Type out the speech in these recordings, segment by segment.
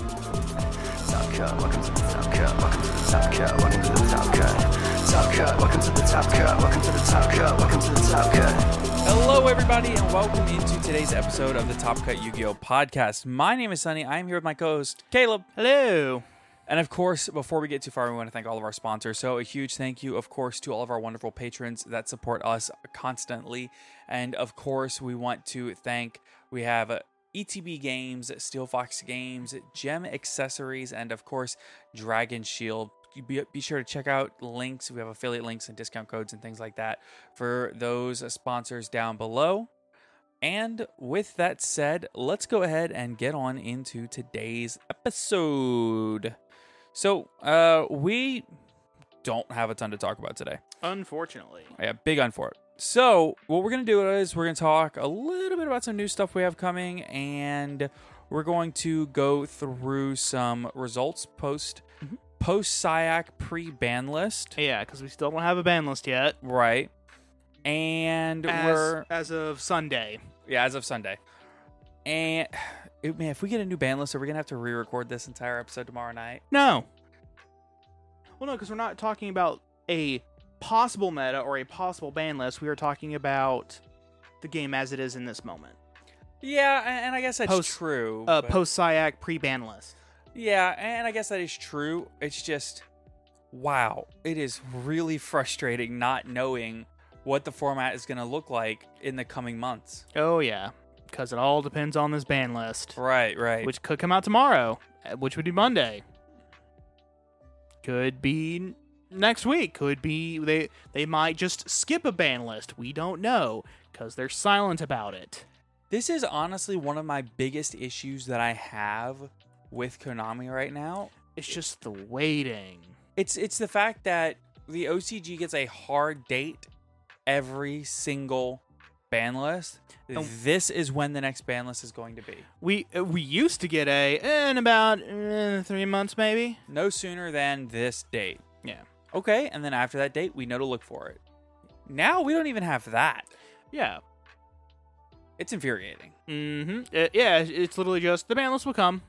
Top cut, welcome to the top cut, welcome to the top cut, welcome to the top cut. Top cut, welcome to the top cut, welcome to the top cut, welcome to the top cut. Hello, everybody, and welcome into today's episode of the Top Cut Yu Gi Oh! podcast. My name is Sunny. I am here with my co host, Caleb. Hello. And of course, before we get too far, we want to thank all of our sponsors. So, a huge thank you, of course, to all of our wonderful patrons that support us constantly. And of course, we want to thank we have uh, ETB Games, Steel Fox Games, Gem Accessories, and of course, Dragon Shield. Be, be sure to check out links. We have affiliate links and discount codes and things like that for those sponsors down below. And with that said, let's go ahead and get on into today's episode. So, uh, we don't have a ton to talk about today. Unfortunately. Yeah, big on for it. So, what we're going to do is we're going to talk a little bit about some new stuff we have coming, and we're going to go through some results post post SIAC pre ban list, Yeah, because we still don't have a ban list yet. right? And As, we're as of Sunday. yeah, as of Sunday. And it, man, if we get a new ban list, are we going to have to re-record this entire episode tomorrow night? No. Well, no, because we're not talking about a possible meta or a possible ban list. We are talking about the game as it is in this moment. Yeah, and, and I guess that's Post- true. Uh, Oh, but- Post SIAC pre ban list. Yeah, and I guess that is true. It's just, wow, it is really frustrating not knowing what the format is going to look like in the coming months. Oh, yeah. Because it all depends on this ban list, Right, right. which could come out tomorrow, uh, which would be Monday. Could be n- next week. Could be they they might just skip a ban list. We don't know because they're silent about it. this is honestly one of my biggest issues that I have with Konami right now. It's just the waiting. It's it's the fact that the OCG gets a hard date every single ban list. And- This is when the next ban list is going to be. We uh, we used to get a in about uh, three months, maybe. No sooner than this date. Yeah, Okay, and then after that date, we know to look for it. Now we don't even have that. yeah, It's infuriating. mm-hmm. Uh, yeah. It's literally just the ban list will come.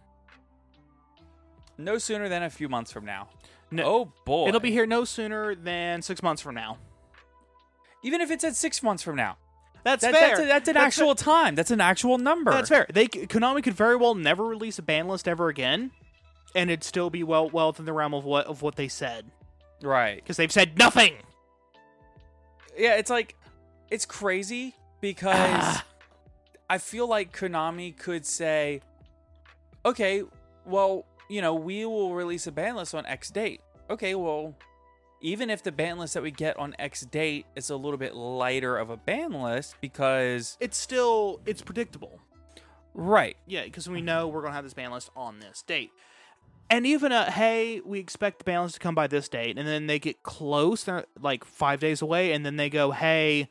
No sooner than a few months from now. No, Oh boy. it'll be here no sooner than six months from now. Even if it's at six months from now. That's That, fair. That's, a, that's an That's actual time. That's an actual number. That's fair. They c- Konami could very well never release a ban list ever again, and it'd still be well well within the realm of what of what they said Right. because they've said nothing. Yeah, it's like, it's crazy because I feel like Konami could say, okay, well, you know, we will release a ban list on X date. Okay, well, even if the ban list that we get on X date is a little bit lighter of a ban list because It's still it's predictable. right, Yeah, because we know we're gonna have this ban list on this date. And even a hey, we expect the ban list to come by this date, and then they get close, they're like five days away, and then they go, hey,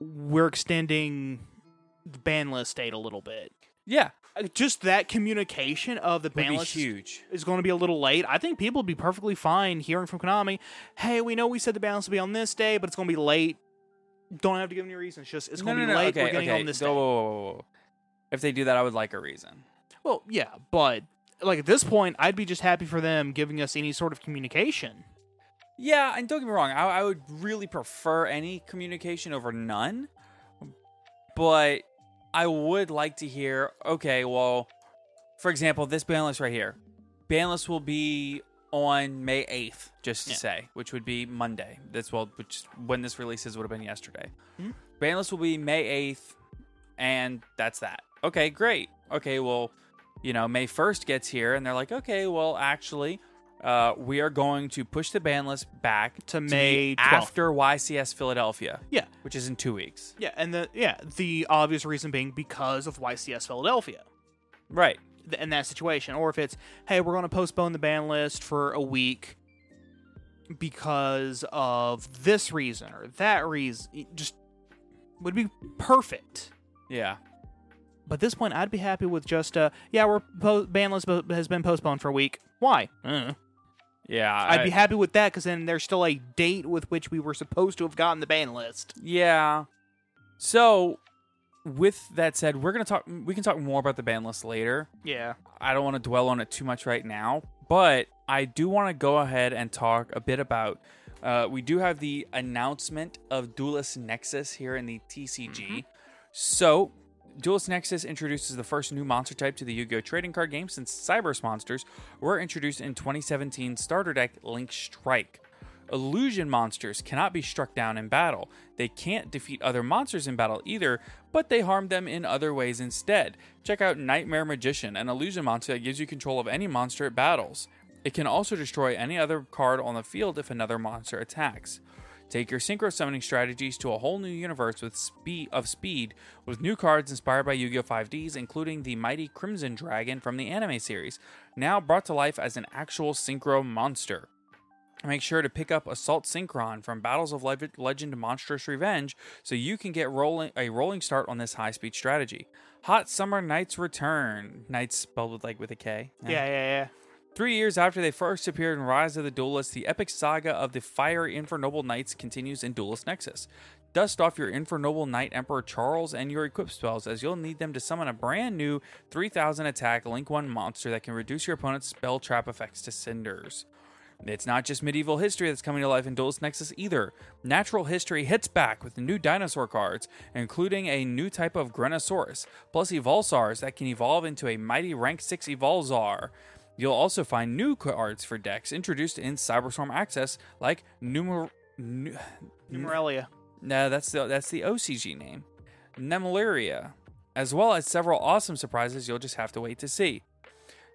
we're extending the ban list date a little bit. yeah, Uh, Just that communication of the would ban be list is huge. is going to be a little late. I think people would be perfectly fine hearing from Konami. Hey, we know we said the balance will be on this day, but it's going to be late. Don't have to give any reasons. Just it's going to be late. We're getting on this Whoa, day. whoa, whoa, whoa, whoa. If they do that, I would like a reason. Well, yeah, but like at this point, I'd be just happy for them giving us any sort of communication. Yeah, and don't get me wrong, I, I would really prefer any communication over none, but I would like to hear, okay, well, for example, this ban list right here. Ban list will be on May 8th, just to Yeah. say, which would be Monday. That's well, which when this releases would have been yesterday. Hmm? Ban list will be May 8th, and that's that. Okay, great. Okay, well, you know, May 1st gets here, and they're like, okay, well, actually, uh, we are going to push the ban list back To be May 12th. after YCS Philadelphia, Yeah, which is in two weeks. yeah, and the yeah the obvious reason being because of YCS Philadelphia. Right. th- in that situation, or if it's hey, we're going to postpone the ban list for a week because of this reason or that reason, it just would be perfect. Yeah. But at this point, I'd be happy with just uh, yeah, we're po- ban list bo- has been postponed for a week. Why? I don't know. Yeah. I'd be happy with that because then there's still a date with which we were supposed to have gotten the ban list. Yeah. So, with that said, we're gonna talk. We can talk more about the ban list later. Yeah, I don't want to dwell on it too much right now, but I do want to go ahead and talk a bit about. Uh, we do have the announcement of Duelist Nexus here in the TCG. Mm-hmm. So, Duelist Nexus introduces the first new monster type to the Yu Gi Oh! trading card game since Cybers monsters were introduced in 2017 starter deck Link Strike. Illusion monsters cannot be struck down in battle. They can't defeat other monsters in battle either, but they harm them in other ways instead. Check out Nightmare Magician, an illusion monster that gives you control of any monster it battles. It can also destroy any other card on the field if another monster attacks. Take your synchro summoning strategies to a whole new universe with speed of speed with new cards inspired by Yu-Gi-Oh 5Ds including the mighty Crimson Dragon from the anime series, now brought to life as an actual synchro monster. Make sure to pick up Assault Synchron from Battles of Le- Legend Monstrous Revenge so you can get rolling a rolling start on this high speed strategy. Hot Summer Nights Return. Nights spelled with like with a K. yeah, yeah, yeah. Three years after they first appeared in Rise of the Duelists, the epic saga of the Fire Infernoble Knights continues in Duelist Nexus. Dust off your Infernoble Knight Emperor Charles and your equip spells, as you'll need them to summon a brand new 3000 attack Link 1 monster that can reduce your opponent's spell trap effects to cinders. It's not just medieval history that's coming to life in Duelist Nexus either. Natural history hits back with new dinosaur cards, including a new type of Grenosaurus, plus Evolsars that can evolve into a mighty rank 6 Evolzar. You'll also find new cards for decks introduced in Cyberstorm Access, like Numer. Nu- Morelia. no, that's the that's the OCG name, Nemuleria, as well as several awesome surprises you'll just have to wait to see.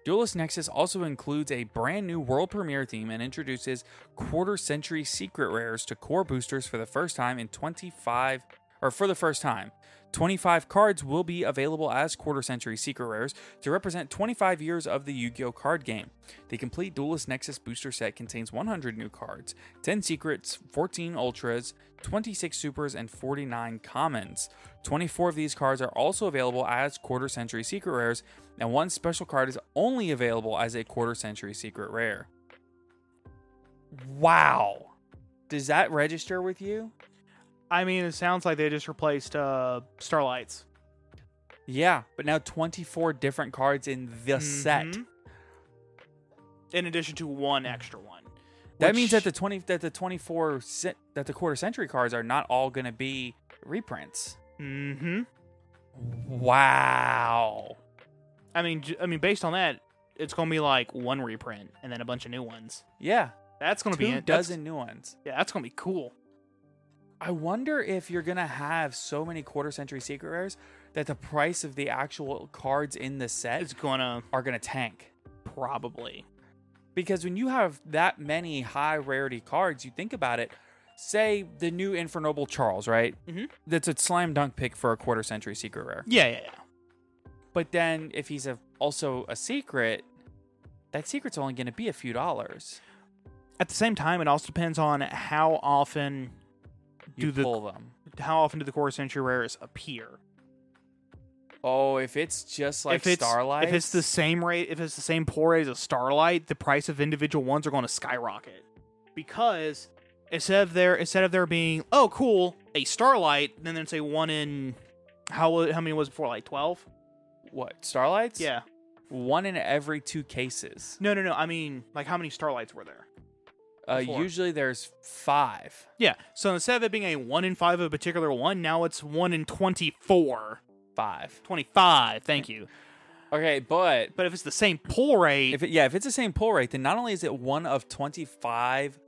Duelist Nexus also includes a brand new world premiere theme and introduces quarter century secret rares to core boosters for the first time in 25 or for the first time. 25 cards will be available as quarter century secret rares to represent 25 years of the Yu Gi Oh card game. The complete Duelist Nexus booster set contains 100 new cards, 10 secrets, 14 ultras, 26 supers, and 49 commons. 24 of these cards are also available as quarter century secret rares, and one special card is only available as a quarter century secret rare. Wow. Does that register with you? I mean, it sounds like they just replaced uh, Starlights. Yeah, but now 24 different cards in the set. Mhm. In addition to one extra one. That Which- means that the 20 that the 24 cent, that the quarter century cards are not all going to be reprints. Mhm. Wow. I mean, j- I mean, based on that, it's gonna be like one reprint and then a bunch of new ones. Yeah. That's gonna be Two it. dozen new ones. That's, yeah, that's gonna be cool. I wonder if you're gonna have so many quarter century secret rares that the price of the actual cards in the set It's gonna are gonna tank. probably. Because when you have that many high rarity cards, you think about it. Say the new Infernoble Charles, right? Mhm. That's a slam dunk pick for a quarter century secret rare. Yeah, yeah, yeah. But then if he's a, also a secret, that secret's only going to be a few dollars. At the same time, it also depends on how often You do the pull them. how often do the core century rares appear. Oh, if it's just like if it's Starlight, if it's the same rate, if it's the same pour rate as Starlight, the price of individual ones are going to skyrocket because instead of there instead of there being oh cool a Starlight, then there's a one in how wa- how many was it before like twelve? what Starlights? Yeah, one in every two cases. no no no. I mean like how many Starlights were there? Uh, Four. usually there's five. Yeah, so instead of it being a one in five of a particular one, now it's one in twenty four. five. 25. Thank you. Okay, but But if it's the same pull rate if it, yeah, if it's the same pull rate, then not only is it one of twenty five,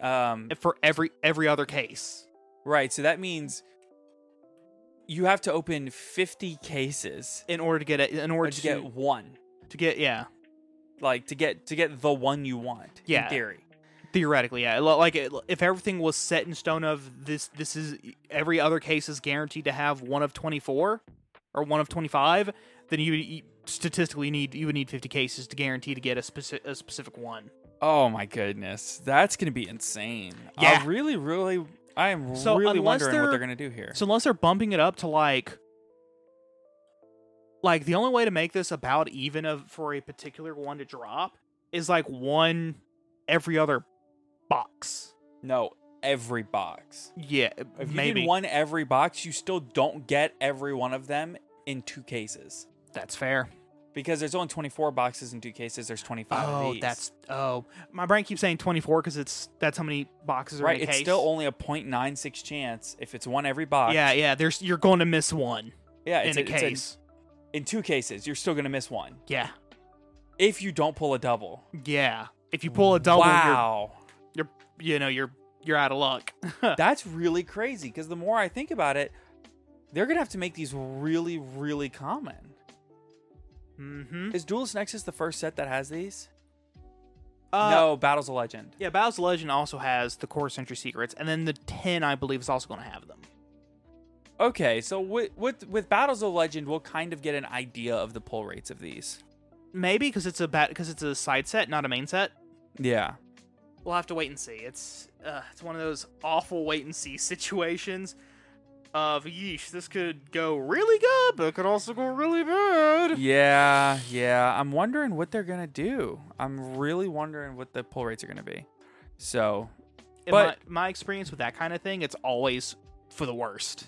um, for every every other case, right? So that means you have to open fifty cases in order to get it, in order to to get one, to get yeah, like to get to get the one you want. Yeah. in theory. theoretically yeah, Lo- like it- if everything was set in stone of this this is every other case is guaranteed to have one of 24 or one of 25, then you, you statistically need you would need 50 cases to guarantee to get a specific a specific one. Oh my goodness, that's gonna be insane. Yeah. I really, really, I am So really unless wondering what they're- they're gonna do here. So unless they're bumping it up to like like the only way to make this about even of for a particular one to drop is like one every other box. no, every box. Yeah, If you maybe did one every box, you still don't get every one of them in two cases That's fair. because there's only 24 boxes in two cases. There's 25. of Oh, these. that's oh. My brain keeps saying twenty four because it's that's how many boxes are right. in a It's case. still only a 0.96 chance if it's one every box. yeah, yeah. There's you're going to miss one yeah. It's in a, it's case. in two cases, you're still gonna miss one yeah, if you don't pull a double. yeah. If you pull a double, wow, you're, you're you know you're you're out of luck. that's really crazy. Because the more I think about it, they're gonna have to make these really, really common. mm-hmm. Is Duelist Nexus the first set that has these? Uh, no, Battles of Legend. Yeah, Battles of Legend also has the core century secrets, and then the ten I believe is also going to have them. Okay, so with, with with Battles of Legend, we'll kind of get an idea of the pull rates of these. Maybe because it's a bat because it's a side set, not a main set. Yeah. We'll have to wait and see. It's uh, it's one of those awful wait and see situations. Of yeesh, this could go really good, but it could also go really bad. Yeah, yeah. I'm wondering what they're gonna do. I'm really wondering what the pull rates are gonna be. So In But- my, my experience with that kind of thing, it's always for the worst.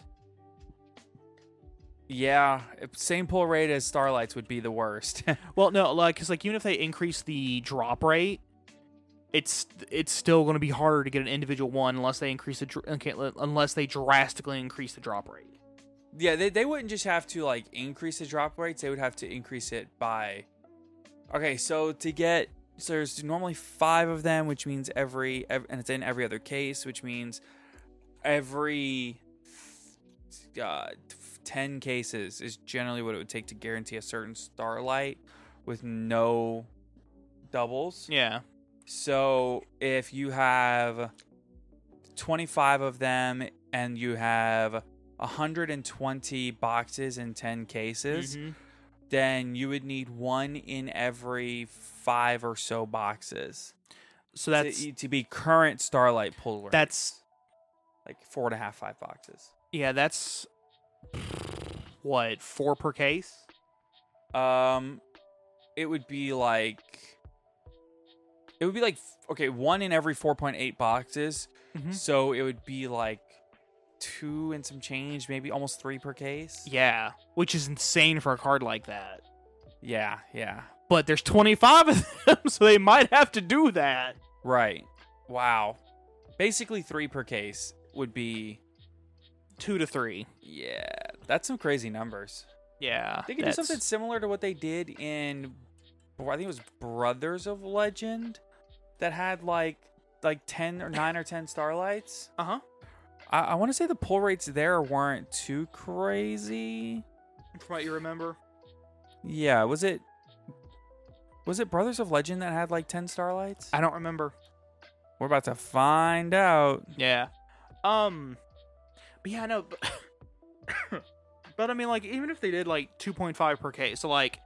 yeah, if- same pull rate as Starlights would be the worst. Well, no, like because like even if they increase the drop rate, it's it's still going to be harder to get an individual one unless they increase the dr- okay, l- unless they drastically increase the drop rate. yeah, they, they wouldn't just have to like increase the drop rates, they would have to increase it by Okay, so to get so there's normally five of them, which means every, ev and it's in every other case, which means every uh, ten cases is generally what it would take to guarantee a certain starlight with no doubles. Yeah, So if you have 25 of them and you have 120 boxes in 10 cases, Mhm. then you would need one in every five or so boxes So to- e, that's to, be current Starlight pull rate. that's like four and a half, five boxes. yeah, that's what four per case. Um, it would be like it would be like okay, one in every 4.8 boxes. Mhm. So it would be like two and some change, maybe almost three per case. Yeah, which is insane for a card like that. yeah, yeah. But there's 25 of them, so they might have to do that. Right. Wow. Basically, three per case would be Two to three. yeah. That's some crazy numbers. Yeah, They could do something similar to what they did in, well, I think it was Brothers of Legend, that had like like ten or nine or ten starlights. Uh huh. I, I want to say the pull rates there weren't too crazy. From what you remember. Yeah, was it? Was it Brothers of Legend that had like ten starlights? I don't remember. We're about to find out. Yeah. Um. But yeah, no. But, but I mean, like, even if they did like 2.5 per case, so like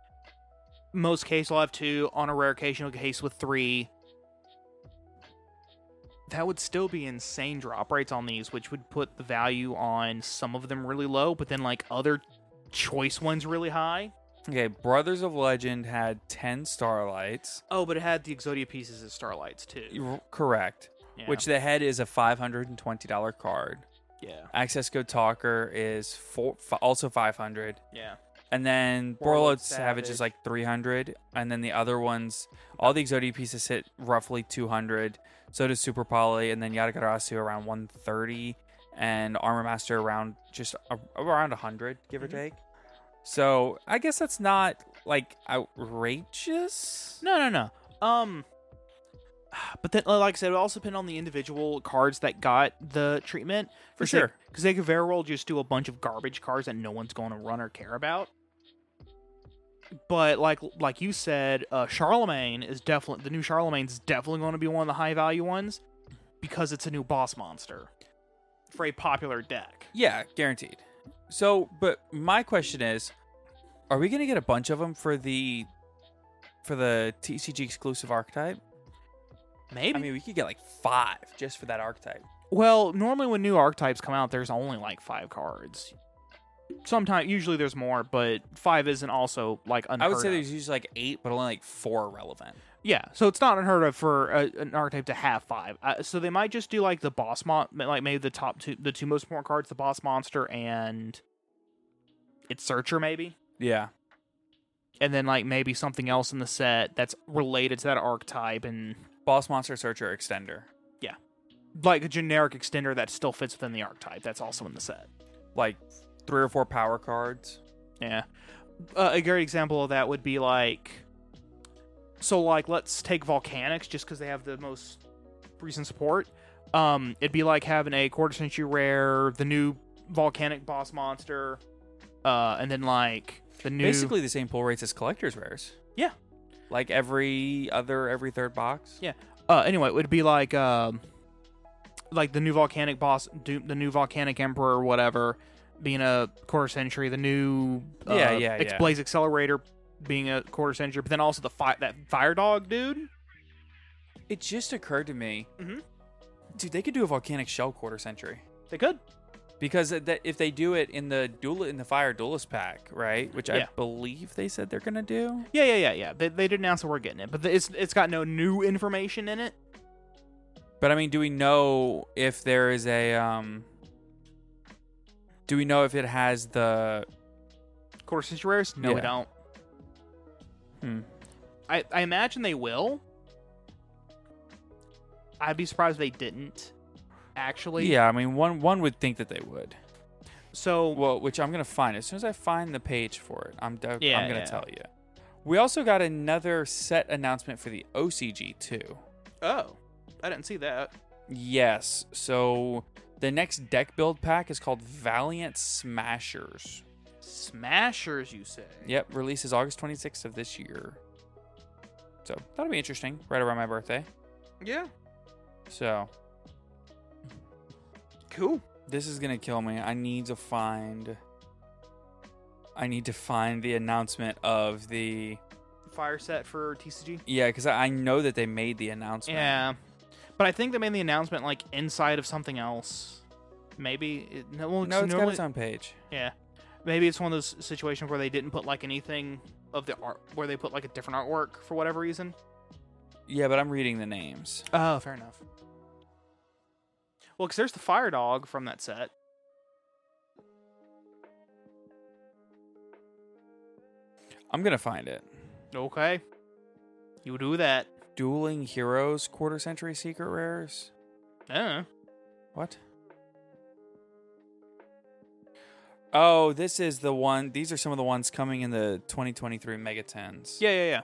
most case will have two. On a rare occasion, you'll get a case with three. That would still be insane drop rates on these, which would put the value on some of them really low, but then like other choice ones really high. Okay, Brothers of Legend had ten starlights. Oh, but it had the Exodia pieces as Starlights too. You're correct. Yeah. Which the head is a five hundred and twenty dollar card. yeah, Access code talker is four, f- also five hundred, yeah. and then Warlord Borload Savage is Savage. like three hundred, and then the other ones, all the Exodia pieces hit roughly two hundred. So does Super Poly, and then Yadagarasu around one thirty, and Armor Master around just a- around hundred, give or take. So I guess that's not like outrageous. No, no, no. Um, but then, like I said, it would also depend on the individual cards that got the treatment For sure. Because they could very well just do a bunch of garbage cards that no one's going to run or care about. But like like you said, uh, Charlemagne is definitely the new Charlemagne's definitely going to be one of the high value ones because it's a new boss monster for a popular deck. Yeah, guaranteed. So, but my question is, are we going to get a bunch of them for the for the TCG exclusive archetype? Maybe. I mean, we could get like five just for that archetype. Well, normally when new archetypes come out, there's only like five cards. Sometimes, usually there's more, but five isn't also like unheard I would say of. there's usually like eight, but only like four are relevant. Yeah, so it's not unheard of for a, an archetype to have five. Uh, so they might just do like the boss mon, like maybe the top two, the two most important cards, the boss monster and its searcher, maybe, Yeah. and then like maybe something else in the set that's related to that archetype and Boss monster searcher extender. like a generic extender that still fits within the archetype that's also in the set. Like three or four power cards. Yeah. Uh, a great example of that would be like, so like let's take Volcanics just because they have the most recent support. Um, it'd be like having a quarter century rare, the new volcanic boss monster, uh, and then like the new Basically the same pull rates as collector's rares. yeah Like every other, every third box. yeah. Uh, anyway, it would be like um, like the new volcanic boss, do- the new volcanic emperor, or whatever, being a quarter century. The new uh, Yeah, yeah, Ex- yeah. Blaze accelerator being a quarter century, but then also the fi- that fire dog dude. It just occurred to me, Mhm. dude, they could do a volcanic shell quarter century. They could. because it- that if they do it in the duel in the fire duelist pack, right? Which Yeah. I believe they said they're gonna do. Yeah, yeah, yeah, yeah. They, they did announce that we're getting it, but the, it's it's got no new information in it. But I mean, do we know if there is a um? Do we know if it has the? Quarter century rares? No, we Yeah. don't. Hmm. I, I imagine they will. I'd be surprised if they didn't. Actually, Yeah, I mean, one one would think that they would. So Well, which I'm gonna find as soon as I find the page for it. I'm de- Yeah, I'm gonna yeah. tell you. We also got another set announcement for the OCG too. Oh, I didn't see that. Yes. So the next deck build pack is called Valiant Smashers. Smashers, you say? Yep, releases August 26th of this year. So that'll be interesting, right around my birthday. Yeah. So Cool. this is gonna kill me. I need to find. I need to find the announcement of the Fire set for TCG. yeah, because I, I know that they made the announcement. Yeah, but I think they made the announcement like inside of something else. Maybe it, no, well, no, it's got normally- its own page. Yeah, maybe it's one of those situations where they didn't put like anything of the art, where they put like a different artwork for whatever reason. Yeah, but I'm reading the names. Oh, fair enough. Well, because there's the fire dog from that set. I'm gonna find it. Okay. You do that. Dueling Heroes Quarter Century Secret Rares. Yeah. What? Oh, this is the one. These are some of the ones coming in the 2023 Mega Tens. Yeah, yeah, yeah.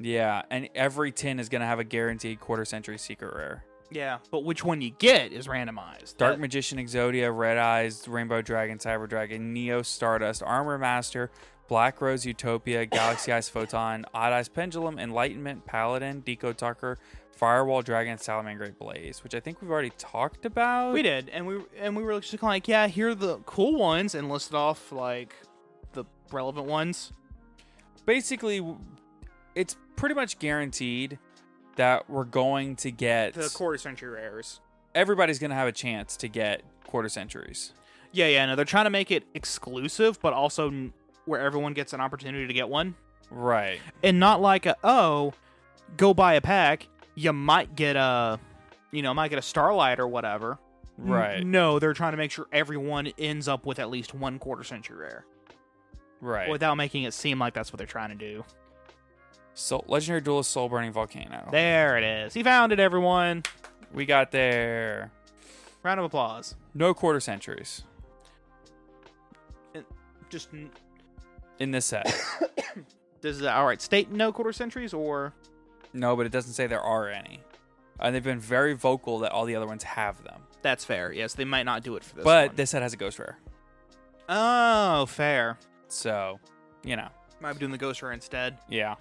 Yeah, and every tin is going to have a guaranteed quarter century secret rare. Yeah, but which one you get is randomized. Dark That- Magician, Exodia, Red Eyes, Rainbow Dragon, Cyber Dragon, Neo Stardust, Armor Master, Black Rose Utopia, Galaxy Eyes Photon, Odd Eyes Pendulum, Enlightenment, Paladin, Deco Tucker, Firewall Dragon, Salamander Great Blaze, which I think we've already talked about. We did, and we and we were just kind of like, yeah, here are the cool ones, and listed off like the relevant ones. basically w- it's pretty much guaranteed that we're going to get The quarter century rares. everybody's going to have a chance to get quarter centuries. Yeah, yeah, no, they're trying to make it exclusive, but also n- where everyone gets an opportunity to get one, Right. and not like a oh, go buy a pack, you might get a, you know, might get a starlight or whatever. N- Right. No, they're trying to make sure everyone ends up with at least one quarter century rare, Right. without making it seem like that's what they're trying to do. so, Legendary Duelist Soul Burning Volcano. There it is. He found it, everyone. we got there. Round of applause. No quarter centuries. just n- in this set. This is all right. State no quarter centuries or no, but it doesn't say there are any. And they've been very vocal that all the other ones have them. that's fair. Yes, they might not do it for this. but one. this set has a ghost rare. oh, fair. So, you know. Might be doing the ghost rare instead. Yeah.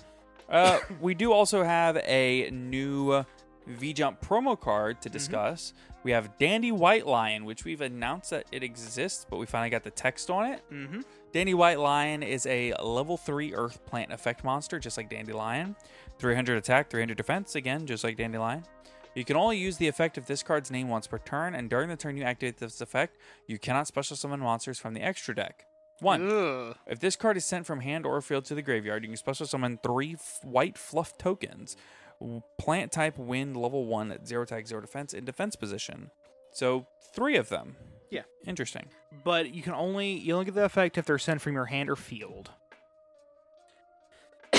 Uh, we do also have a new V Jump promo card to discuss. We have Dandy White Lion, which we've announced that it exists, but we finally got the text on it. Mm-hmm. Dandy White Lion is a level 3 earth plant effect monster, just like Dandelion. 300 attack, 300 defense, again, just like Dandelion. You can only use the effect of this card's name once per turn, and during the turn you activate this effect, you cannot special summon monsters from the extra deck. 1. Ugh. If this card is sent from hand or field to the graveyard, you can special summon three f- white fluff tokens. W- Plant type, wind, level one, zero attack, zero defense, in defense position. So three of them. Yeah. Interesting. But you can only you only get the effect if they're sent from your hand or field.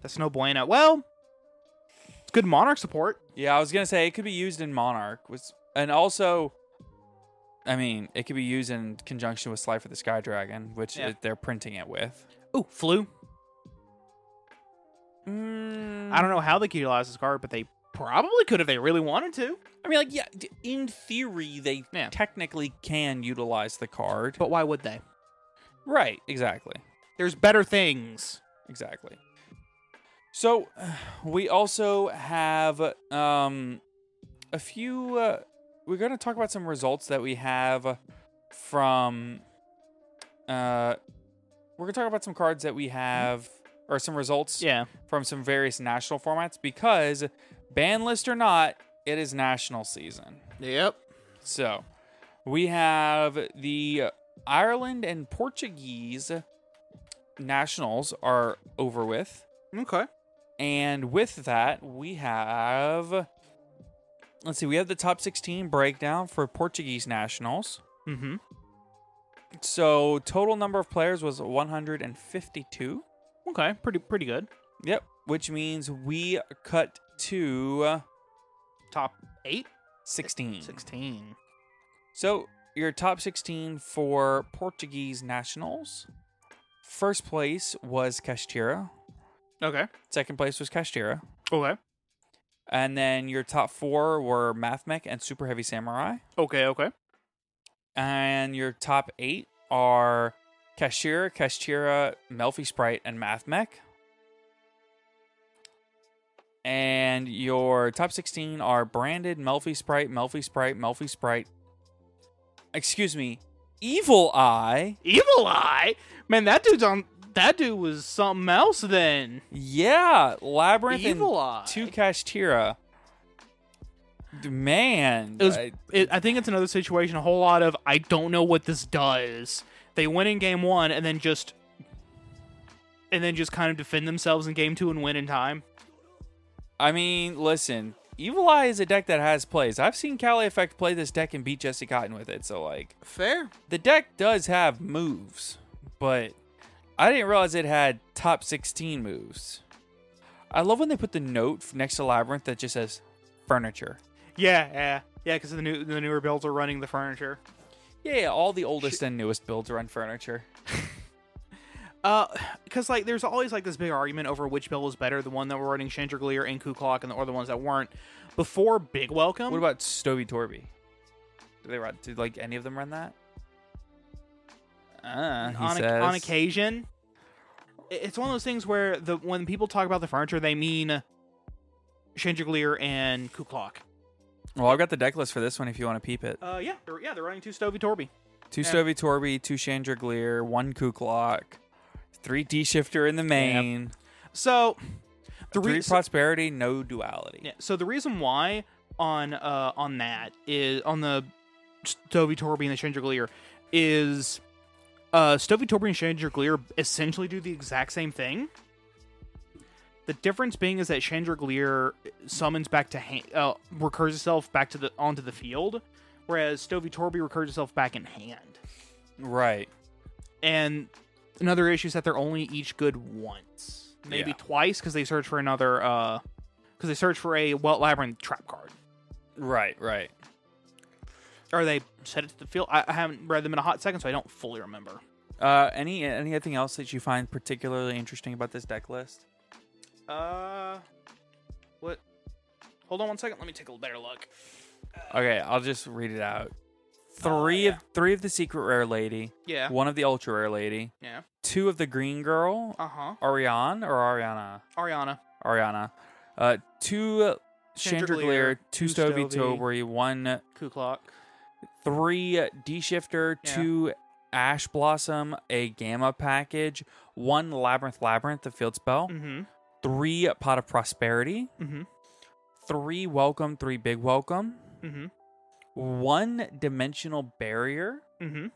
That's no bueno. Well, it's good monarch support. Yeah, I was gonna say it could be used in Monarch, was and also, I mean, it could be used in conjunction with Sly for the Sky Dragon, which Yeah. it- they're printing it with. Ooh, flu. Mm, I don't know how they could utilize this card, but they probably could if they really wanted to. I mean, like, yeah, d- in theory, they Yeah. technically can utilize the card. But why would they? right, exactly. There's better things. Exactly. So we also have um, a few. Uh, we're going to talk about some results that we have from. Uh, we're going to talk about some cards that we have, or some results Yeah. from some various national formats because, ban list or not, it is national season. Yep. So we have the Ireland and Portuguese nationals are over with. Okay. And with that, we have let's see, we have the top 16 breakdown for Portuguese nationals. Mm-hmm. So total number of players was 152. Okay. Pretty pretty good. Yep, which means we cut to Top eight. 16. Sixteen. So, your top 16 for Portuguese nationals. First place was Castira. Okay. Second place was Castira. Okay. And then your top four were Mathmech and Super Heavy Samurai. Okay. Okay. And your top eight are Castira, Castira, Melfi Sprite, and Mathmech. And your top 16 are Branded, Melfi Sprite, Melfi Sprite, Melfi Sprite. Excuse me, Evil Eye. Evil Eye. Man, that dude's on. That dude was something else. Then Yeah, Labyrinth Evil Eye. and two Kashtira. D- Man, it was. I- It, I think it's another situation. A whole lot of I don't know what this does. They win in game one and then just, and then just kind of defend themselves in game two and win in time. I mean, listen, Evil Eye is a deck that has plays. I've seen Cali Effect play this deck and beat Jesse Cotton with it. So like, Fair. the deck does have moves, but I didn't realize it had top 16 moves. I love when they put the note f- next to Labyrinth that just says furniture. Yeah. Yeah. Yeah. Because the new the newer builds are running the furniture. Yeah, yeah, all the oldest and newest builds are on furniture. because Uh, like there's always like this big argument over which bill was better, the one that were running Chandraglier and Kuklok, and the other ones that weren't. Before Big Welcome, What about Stovey Torby? Do they run? Did like any of them run that? Uh, he on, says. on occasion, i- it's one of those things where the when people talk about the furniture, they mean Chandraglier and Kuklok. Well, I've got the deck list for this one if you want to peep it. Uh, yeah, they're, yeah, they're running two Stovey Torby. Two yeah. Stovey Torby, two Chandraglier, one Kuklock, three D Shifter in the main, So the three reason. Prosperity, no duality. Yeah. So the reason why on uh on that is on the Stovey Torby and the Chandraglier is uh Stovey Torby and Chandraglier essentially do the exact same thing. The difference being is that Chandraglier summons back to hand, uh, recurs itself back to the onto the field, whereas Stovey Torby recurs itself back in hand. Right. And another issue is that they're only each good once, maybe Yeah. twice, because they search for another uh, because they search for a Welt Labyrinth trap card. Right. Right. or they set it to the field. I, I haven't read them in a hot second, so I don't fully remember. Uh, any anything else that you find particularly interesting about this deck list? Uh, what? Hold on one second. Let me take a better look. Okay, I'll just read it out. Uh, Three of three of the secret rare lady, Yeah. one of the ultra rare lady, Yeah. two of the green girl, Uh huh. Ariane or Ariana, Ariana. Ariana, uh, two Chandragleer, Chandragleer, two two Stovey Stovey. Tobri, one Ku Klux. three D shifter, Yeah. two Ash Blossom, a Gamma package, one Labyrinth Labyrinth, the field spell, Mm three Pot of Prosperity, hmm. Mm three Welcome, three Big Welcome, hmm. Mm one Dimensional Barrier, hmm. Mm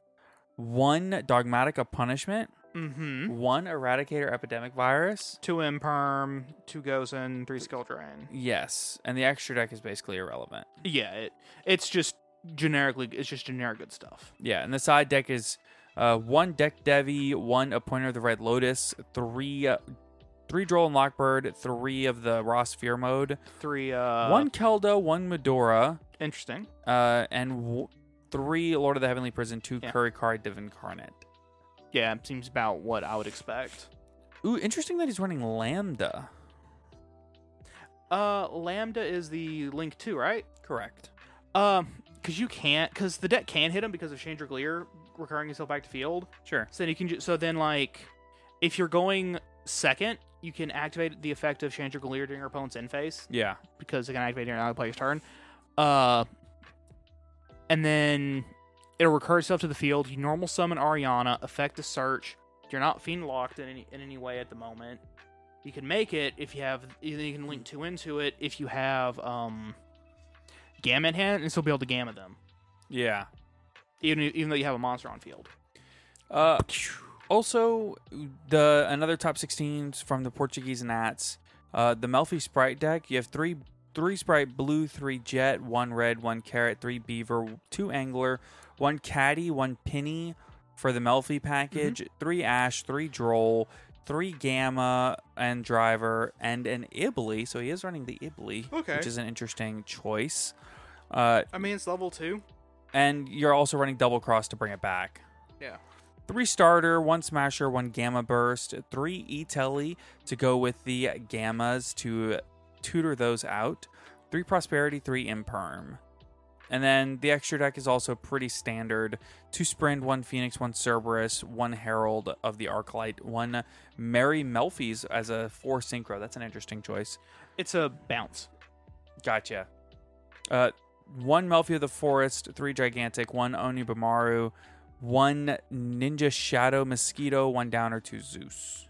one Dogmatic of Punishment, hmm. Mm hmm. one Eradicator Epidemic Virus. Two Imperm, two Gozen, three Skill Drain. Yes, and the extra deck is basically irrelevant. Yeah, it, it's just generically, it's just generic good stuff. Yeah, and the side deck is uh, one deck Devi, one appointer of the Red Lotus, three uh, three Droll and Lockbird, three of the Ross Fear mode, Three, uh, one Keldo, one Medora, interesting. uh, and w- three Lord of the Heavenly Prison, two Yeah. Curry Card Divincarnate. Yeah, seems about what I would expect. Ooh, interesting that he's running Lambda. Uh, Lambda is the link too, right? Correct. Um, because you can't, because the deck can hit him because of Chandragleer recurring himself back to field. Sure. So then you can, ju- so then like, if you're going second, you can activate the effect of Chandragleer during your opponent's end phase Yeah. because it can activate during another player's turn. Uh, and then it'll recur itself to the field. You normal summon Ariana, effect a search. You're not fiend locked in any in any way at the moment. You can make it if you have. You you can link two into it if you have um, gamma in hand, and still be able to gamma them, Yeah. even even though you have a monster on field. Uh, also, the another top 16s from the Portuguese Nats. Uh, the Melfi Sprite deck. You have three three Sprite blue, three Jet, one Red, one Carrot, three Beaver, two Angler, one Caddy, one Penny for the Melfi package. Mm-hmm. Three Ash, three Droll, three Gamma and Driver, and an Ibly. So he is running the Ibly, Okay. which is an interesting choice. Uh, I mean, it's level two. and you're also running Double Cross to bring it back Yeah. three starter, one smasher, one gamma burst, three e telly to go with the gammas to tutor those out, three prosperity, three imperm. And then the extra deck is also pretty standard. Two Sprint, one Phoenix, one Cerberus, one Herald of the Arclight, one Mary Melfi's as a four synchro. That's an interesting choice. It's a bounce. Gotcha. Uh, one Melfi of the Forest, three Gigantic, one Onibamaru, one Ninja Shadow Mosquito, one Downer, two Zeus.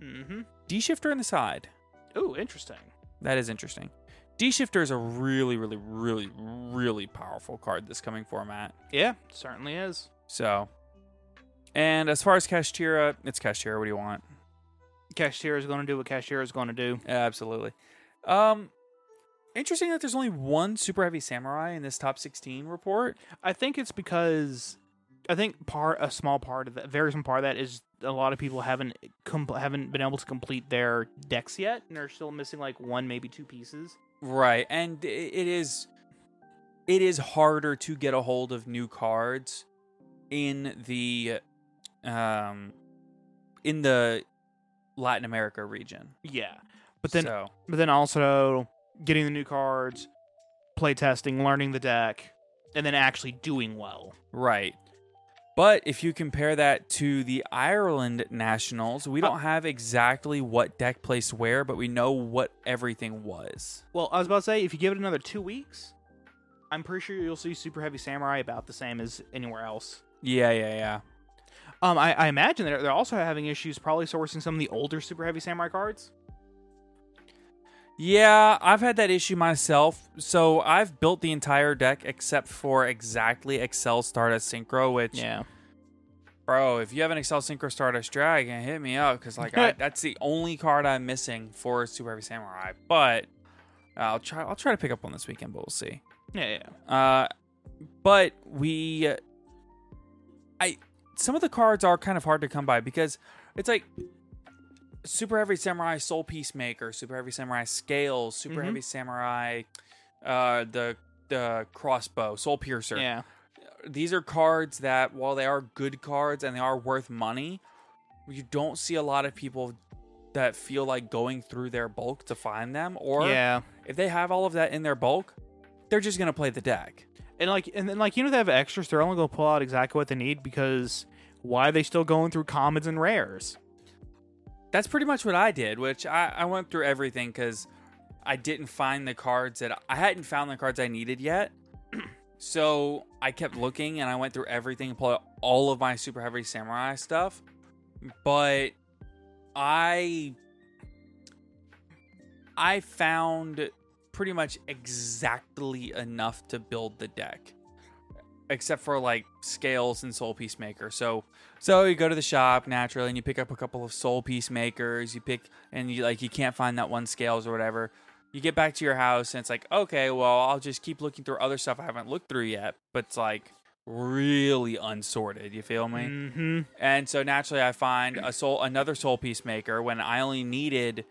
Mm-hmm. D Shifter in the side. Ooh, interesting. That is interesting. D Shifter is a really, really, really, really powerful card this coming format. Yeah, certainly is. So, and as far as Kashtira, it's Kashtira. What do you want? Cashier is going to do what cashier is going to do. Absolutely. Um, interesting that there's only one super heavy samurai in this top 16 report. I think it's because I think part a small part of that, very small part of that is a lot of people haven't com- haven't been able to complete their decks yet, and they're still missing like one, maybe two pieces. Right, and i- it is it is harder to get a hold of new cards in the um in the Latin America region. Yeah, but then so, but then also getting the new cards, play testing, learning the deck, and then actually doing well. right. But if you compare that to the Ireland Nationals, we don't have exactly what deck placed where, but we know what everything was. Well, I was about to say if you give it another two weeks, I'm pretty sure you'll see Super Heavy Samurai about the same as anywhere else. Yeah, yeah, yeah. Um, I, I imagine they're, they're also having issues probably sourcing some of the older Super Heavy Samurai cards. Yeah, I've had that issue myself. So I've built the entire deck except for exactly Excel Stardust Synchro, which, bro, if you have an Excel Synchro Stardust Dragon, hit me up because like I, that's the only card I'm missing for Super Heavy Samurai. But uh, I'll try. I'll try to pick up one this weekend, but we'll see. Yeah, yeah. Uh, but we, I some of the cards are kind of hard to come by because it's like Super Heavy Samurai Soul Peacemaker, Super Heavy Samurai Scales, Super Mhm. Heavy Samurai, uh, the the crossbow, Soul Piercer. Yeah. these are cards that while they are good cards and they are worth money, you don't see a lot of people that feel like going through their bulk to find them or yeah, if they have all of that in their bulk, they're just going to play the deck. and like and then like you know they have extras. They're only gonna pull out exactly what they need because why are they still going through commons and rares? That's pretty much what I did, which I, I went through everything because I didn't find the cards that I hadn't found the cards I needed yet. so I kept looking and I went through everything and pulled out all of my super heavy samurai stuff. But I I found pretty much exactly enough to build the deck. Except for like scales and soul peacemaker. So so you go to the shop naturally and you pick up a couple of soul peacemakers, you pick and you like you can't find that one scales or whatever. You get back to your house and it's like, okay, well, I'll just keep looking through other stuff I haven't looked through yet, but it's like really unsorted, you feel me? Mm-hmm. And so naturally I find a soul another soul peacemaker when I only needed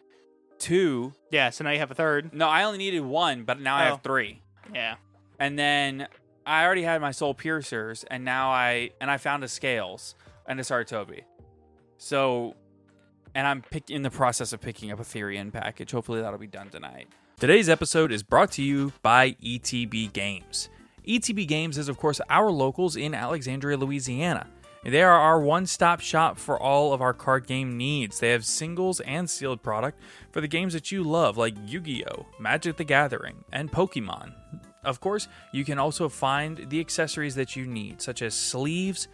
two. Yeah, so now you have a third. No, I only needed one, but now I Oh. have three. Yeah. And then I already had my soul piercers and now I and I found a scales and a Saratobi. So and I'm pick, in the process of picking up a Therian package. Hopefully that'll be done tonight. Today's episode is brought to you by ETB Games. ETB Games is, of course, our locals in Alexandria, Louisiana. They are our one stop shop for all of our card game needs. They have singles and sealed product for the games that you love, like Yu Gi Oh!, Magic the Gathering, and Pokemon. Of course, you can also find the accessories that you need, such as sleeves,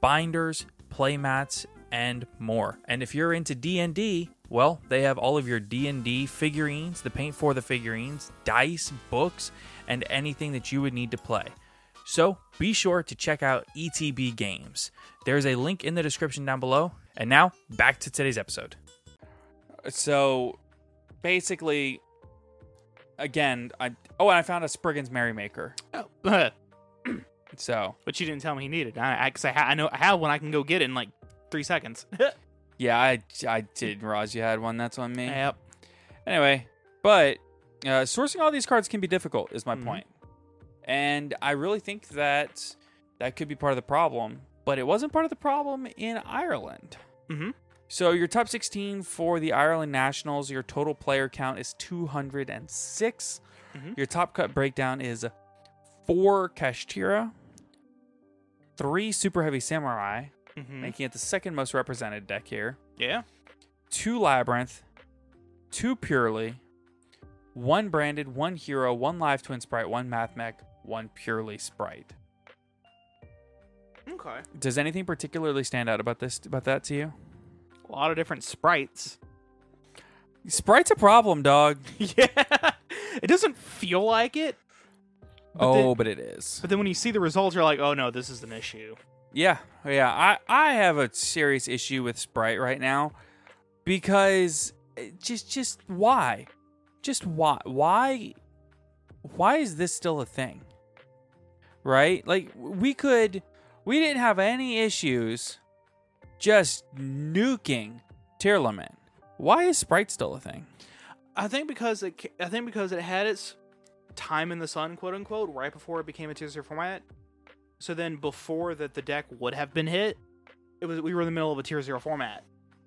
binders, playmats, and more. And if you're into D&D, well, they have all of your D&D figurines, the paint for the figurines, dice, books, and anything that you would need to play. So, be sure to check out ETB Games. There's a link in the description down below. And now, back to today's episode. So, basically again, I oh, and I found a Spriggan's Merrymaker. Oh. So, But you didn't tell me he needed. I I, cause I, ha- I know I have one. I can go get it in like three seconds. yeah, I I didn't realize you had one. That's on me. yep. Anyway, but uh, sourcing all these cards can be difficult, is my Mhm. point. And I really think that that could be part of the problem, but it wasn't part of the problem in Ireland. Mm-hmm. So your top 16 for the Ireland Nationals, your total player count is 206. Mhm. Your top cut breakdown is four Kashtira, three Super Heavy Samurai, Mm-hmm. making it the second most represented deck here Yeah. two Labyrinth, two Purely, one Branded, one Hero, one Live Twin Sprite, one Math Mech, one Purely Sprite. Okay. Does anything particularly stand out about this about that to you? A lot of different sprites. Sprite's a problem, dog. yeah. It doesn't feel like it, But oh, the- but it is. but then when you see the results, you're like, oh no, this is an issue. Yeah, yeah. I I have a serious issue with Sprite right now because it just just why, just why why why is this still a thing? Right? Like we could we didn't have any issues just nuking tier limit. Why is Sprite still a thing? I think because it, ca- I think because it had its time in the sun, quote unquote, right before it became a tier zero format. So then, before that, the deck would have been hit. It was we were in the middle of a tier zero format.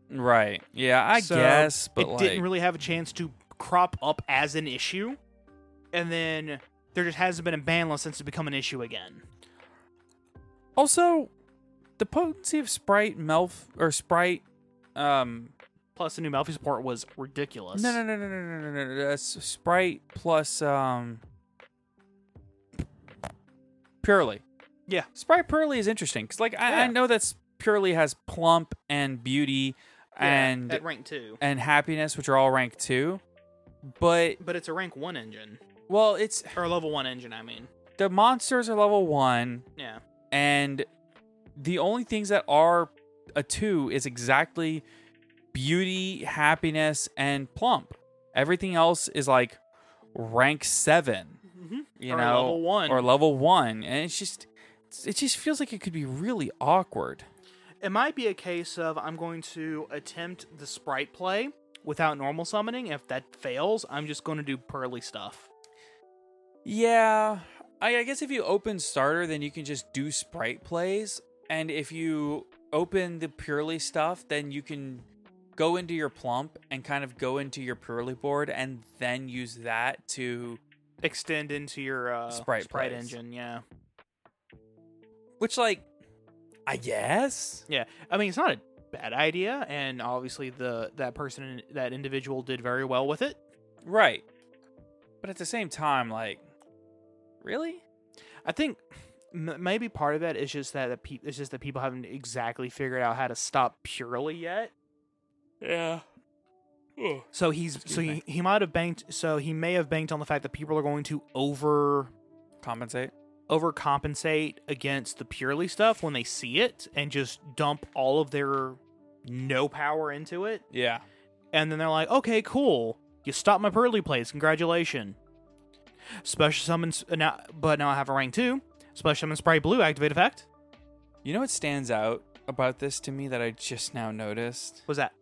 Right. Yeah, I So, guess, but it like didn't really have a chance to crop up as an issue, and then there just hasn't been a ban list since it become an issue again. also the potency of Sprite Melf or Sprite um Plus, the new Melfi support was ridiculous. No, no, no, no, no, no, no, no, no. That's Sprite plus um Purely. Yeah. Sprite Purely is interesting because, like, I, I Yeah. know that's Purely has plump and beauty and at rank two, and happiness, which are all rank two. But but it's a rank one engine well, it's or a level one engine. I mean, the monsters are level one, yeah, and the only things that are a two is exactly beauty, happiness, and plump. Everything else is like rank seven, you Mm-hmm. Or know, level one. or level one, and it's just it's- it just feels like it could be really awkward. it might be a case of I'm going to attempt the sprite play without normal summoning. If that fails, I'm just going to do pearly stuff. Yeah, I, I guess if you open starter, then you can just do sprite plays, and if you open the purely stuff, then you can go into your plump and kind of go into your purely board, and then use that to Extend into your uh, Sprite sprite plays. engine. Yeah, which like I guess yeah. I mean, it's not a bad idea, and obviously the that person that individual did very well with it. right, but at the same time, like really, I think m- maybe part of that is just that the pe- it's just that people haven't exactly figured out how to stop purely yet. yeah. So he's so he, me. he might have banked so he may have banked on the fact that people are going to over Compensate. overcompensate against the purely stuff when they see it and just dump all of their no power into it Yeah. and then they're like, "Okay, cool. You stopped my pearly plays. Congratulations." Special summons uh, now but now I have a rank 2. Special summon Sprite Blue activate effect. You know what stands out about this to me that I just now noticed? What's that?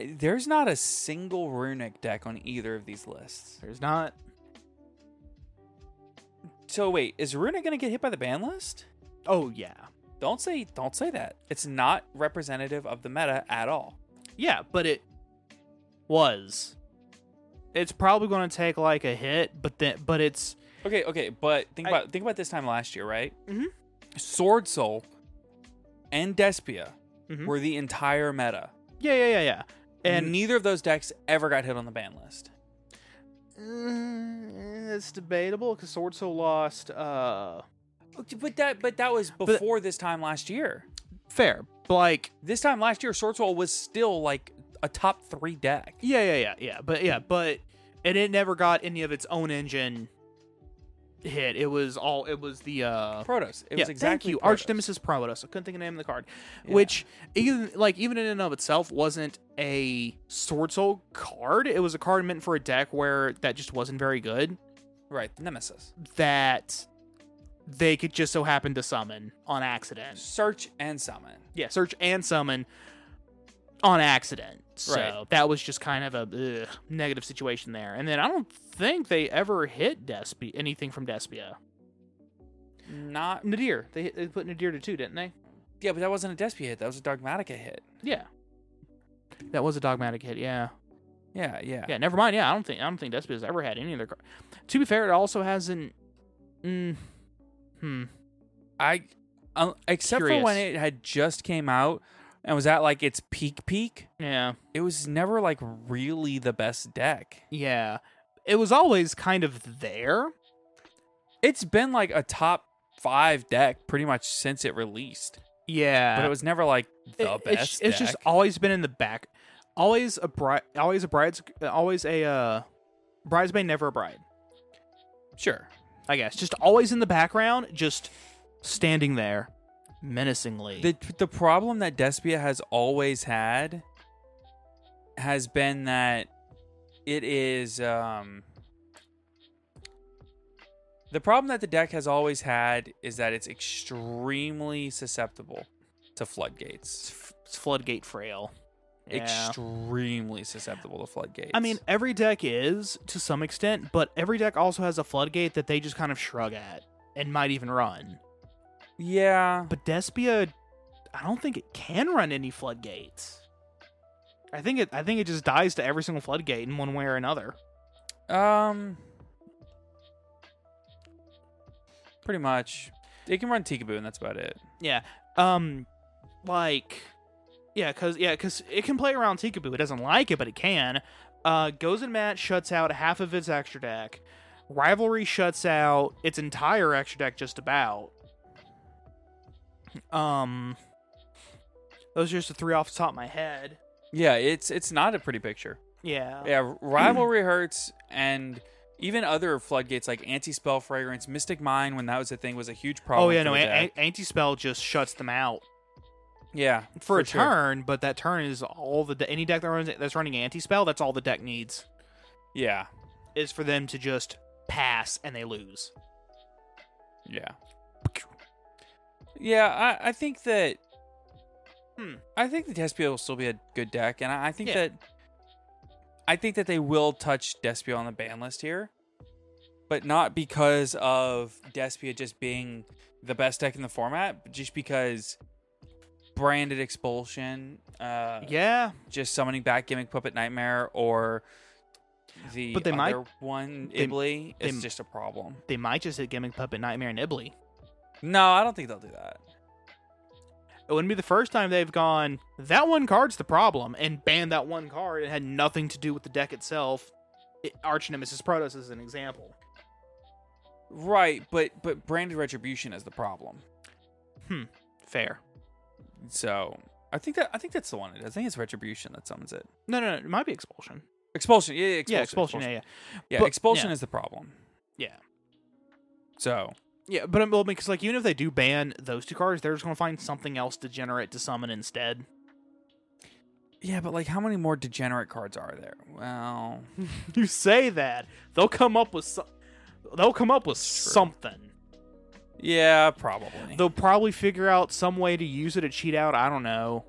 There's not a single runic deck on either of these lists. There's not So wait, is runic gonna get hit by the ban list? Oh yeah. Don't say don't say that. It's not representative of the meta at all. Yeah, but it was. It's probably going to take like a hit, but then but it's Okay, okay, but think I- about think about this time last year, right? Mhm. Sword Soul and Despia Mhm. were the entire meta. yeah, yeah, yeah, yeah. Mm-hmm. And And neither of those decks ever got hit on the ban list. Uh, it's debatable cuz Sword Soul lost uh Oh, But that but that was before this time last year. fair. But like This time last year, Sword Soul was still like a top three deck. yeah, yeah, yeah, yeah. But yeah, but and it never got any of its own engine hit. It was all it was the uh Protos. It yeah, was exactly thank you, Protos. Arch Nemesis Probotus. I couldn't think of the name of the card, which even like even in and of itself wasn't a Sword Soul card. It was a card meant for a deck where that just wasn't very good. Right, the Nemesis. That they could just so happen to summon on accident. Search and summon. Yeah, search and summon on accident. So Right. that was just kind of a ugh, negative situation there. And then I don't think they ever hit Despia anything from Despia. Not Nadir, they, hit- they put Nadir to two, didn't they? yeah, but that wasn't a Despia hit. That was a Dogmatica hit. Yeah. That was a dogmatic hit, yeah. Yeah, yeah. Yeah, never mind. Yeah, I don't think I don't think Despia's ever had any other card. To be fair, it also hasn't. Mm, hmm. I uh, except for when it Curious. had just came out and was at like its peak peak. Yeah. It was never like really the best deck. Yeah. It was always kind of there. It's been like a top five deck pretty much since it released, Yeah. but it was never like the Uh, It- best. It's, it's just deck. always been in the back. Always a bride. Always a bride's. Always a uh, bridesmaid, never a bride. sure. I guess just always in the background, just standing there, menacingly. the the problem that Despia has always had has been that it is um the problem that the deck has always had is that it's extremely susceptible to floodgates. It's f- it's floodgate frail. Yeah. Extremely susceptible to floodgates. I mean, every deck is to some extent, but every deck also has a floodgate that they just kind of shrug at and might even run. yeah, But Despia, I don't think it can run any floodgates. I think it. I think it just dies to every single floodgate in one way or another. um pretty much it can run Tikaboo and that's about it. Yeah. Um, like, yeah, cause yeah, cause it can play around Tikaboo. It doesn't like it, but it can. Uh, goes and Matt shuts out half of its extra deck. Rivalry shuts out its entire extra deck just about. Um, those are just the three off the top of my head. Yeah, it's it's not a pretty picture. Yeah. Yeah, rivalry hurts, and even other floodgates like anti spell fragrance, mystic mine when that was a thing was a huge problem. Oh yeah, for no, the an- deck. anti spell just shuts them out yeah, for, a sure. turn, but that turn is all the de- any deck that runs that's running anti spell. That's all the deck needs. Yeah, is for them to just pass and they lose. yeah, yeah. I, I think that. Hmm. I think the Despia will still be a good deck, and I, I think Yeah. that. I think that they will touch Despia on the ban list here, but not because of Despia just being the best deck in the format, but just because branded expulsion, uh, Yeah, just summoning back gimmick puppet nightmare or the But they might- other one they- Ibly they- is just a problem. they might just hit gimmick puppet nightmare and Ibley. No, I don't think they'll do that. It wouldn't be the first time they've gone that one card's the problem and banned that one card. It had nothing to do with the deck itself. It, Arch Nemesis Protoss is an example. Right, but but branded retribution is the problem. Fair. So I think that I think that's the one. It is. I think it's retribution that summons it. No, no, no. It might be expulsion. Expulsion. Yeah, yeah, expulsion. yeah, expulsion. Yeah, yeah. Yeah, But- expulsion yeah. is the problem. Yeah. So Yeah, but I'm well, because like even if they do ban those two cards, they're just gonna find something else degenerate to summon instead. yeah, but like, how many more degenerate cards are there? Well, you say that they'll come up with some, they'll come up with True. something. yeah, probably. They'll probably figure out some way to use it to cheat out. I don't know.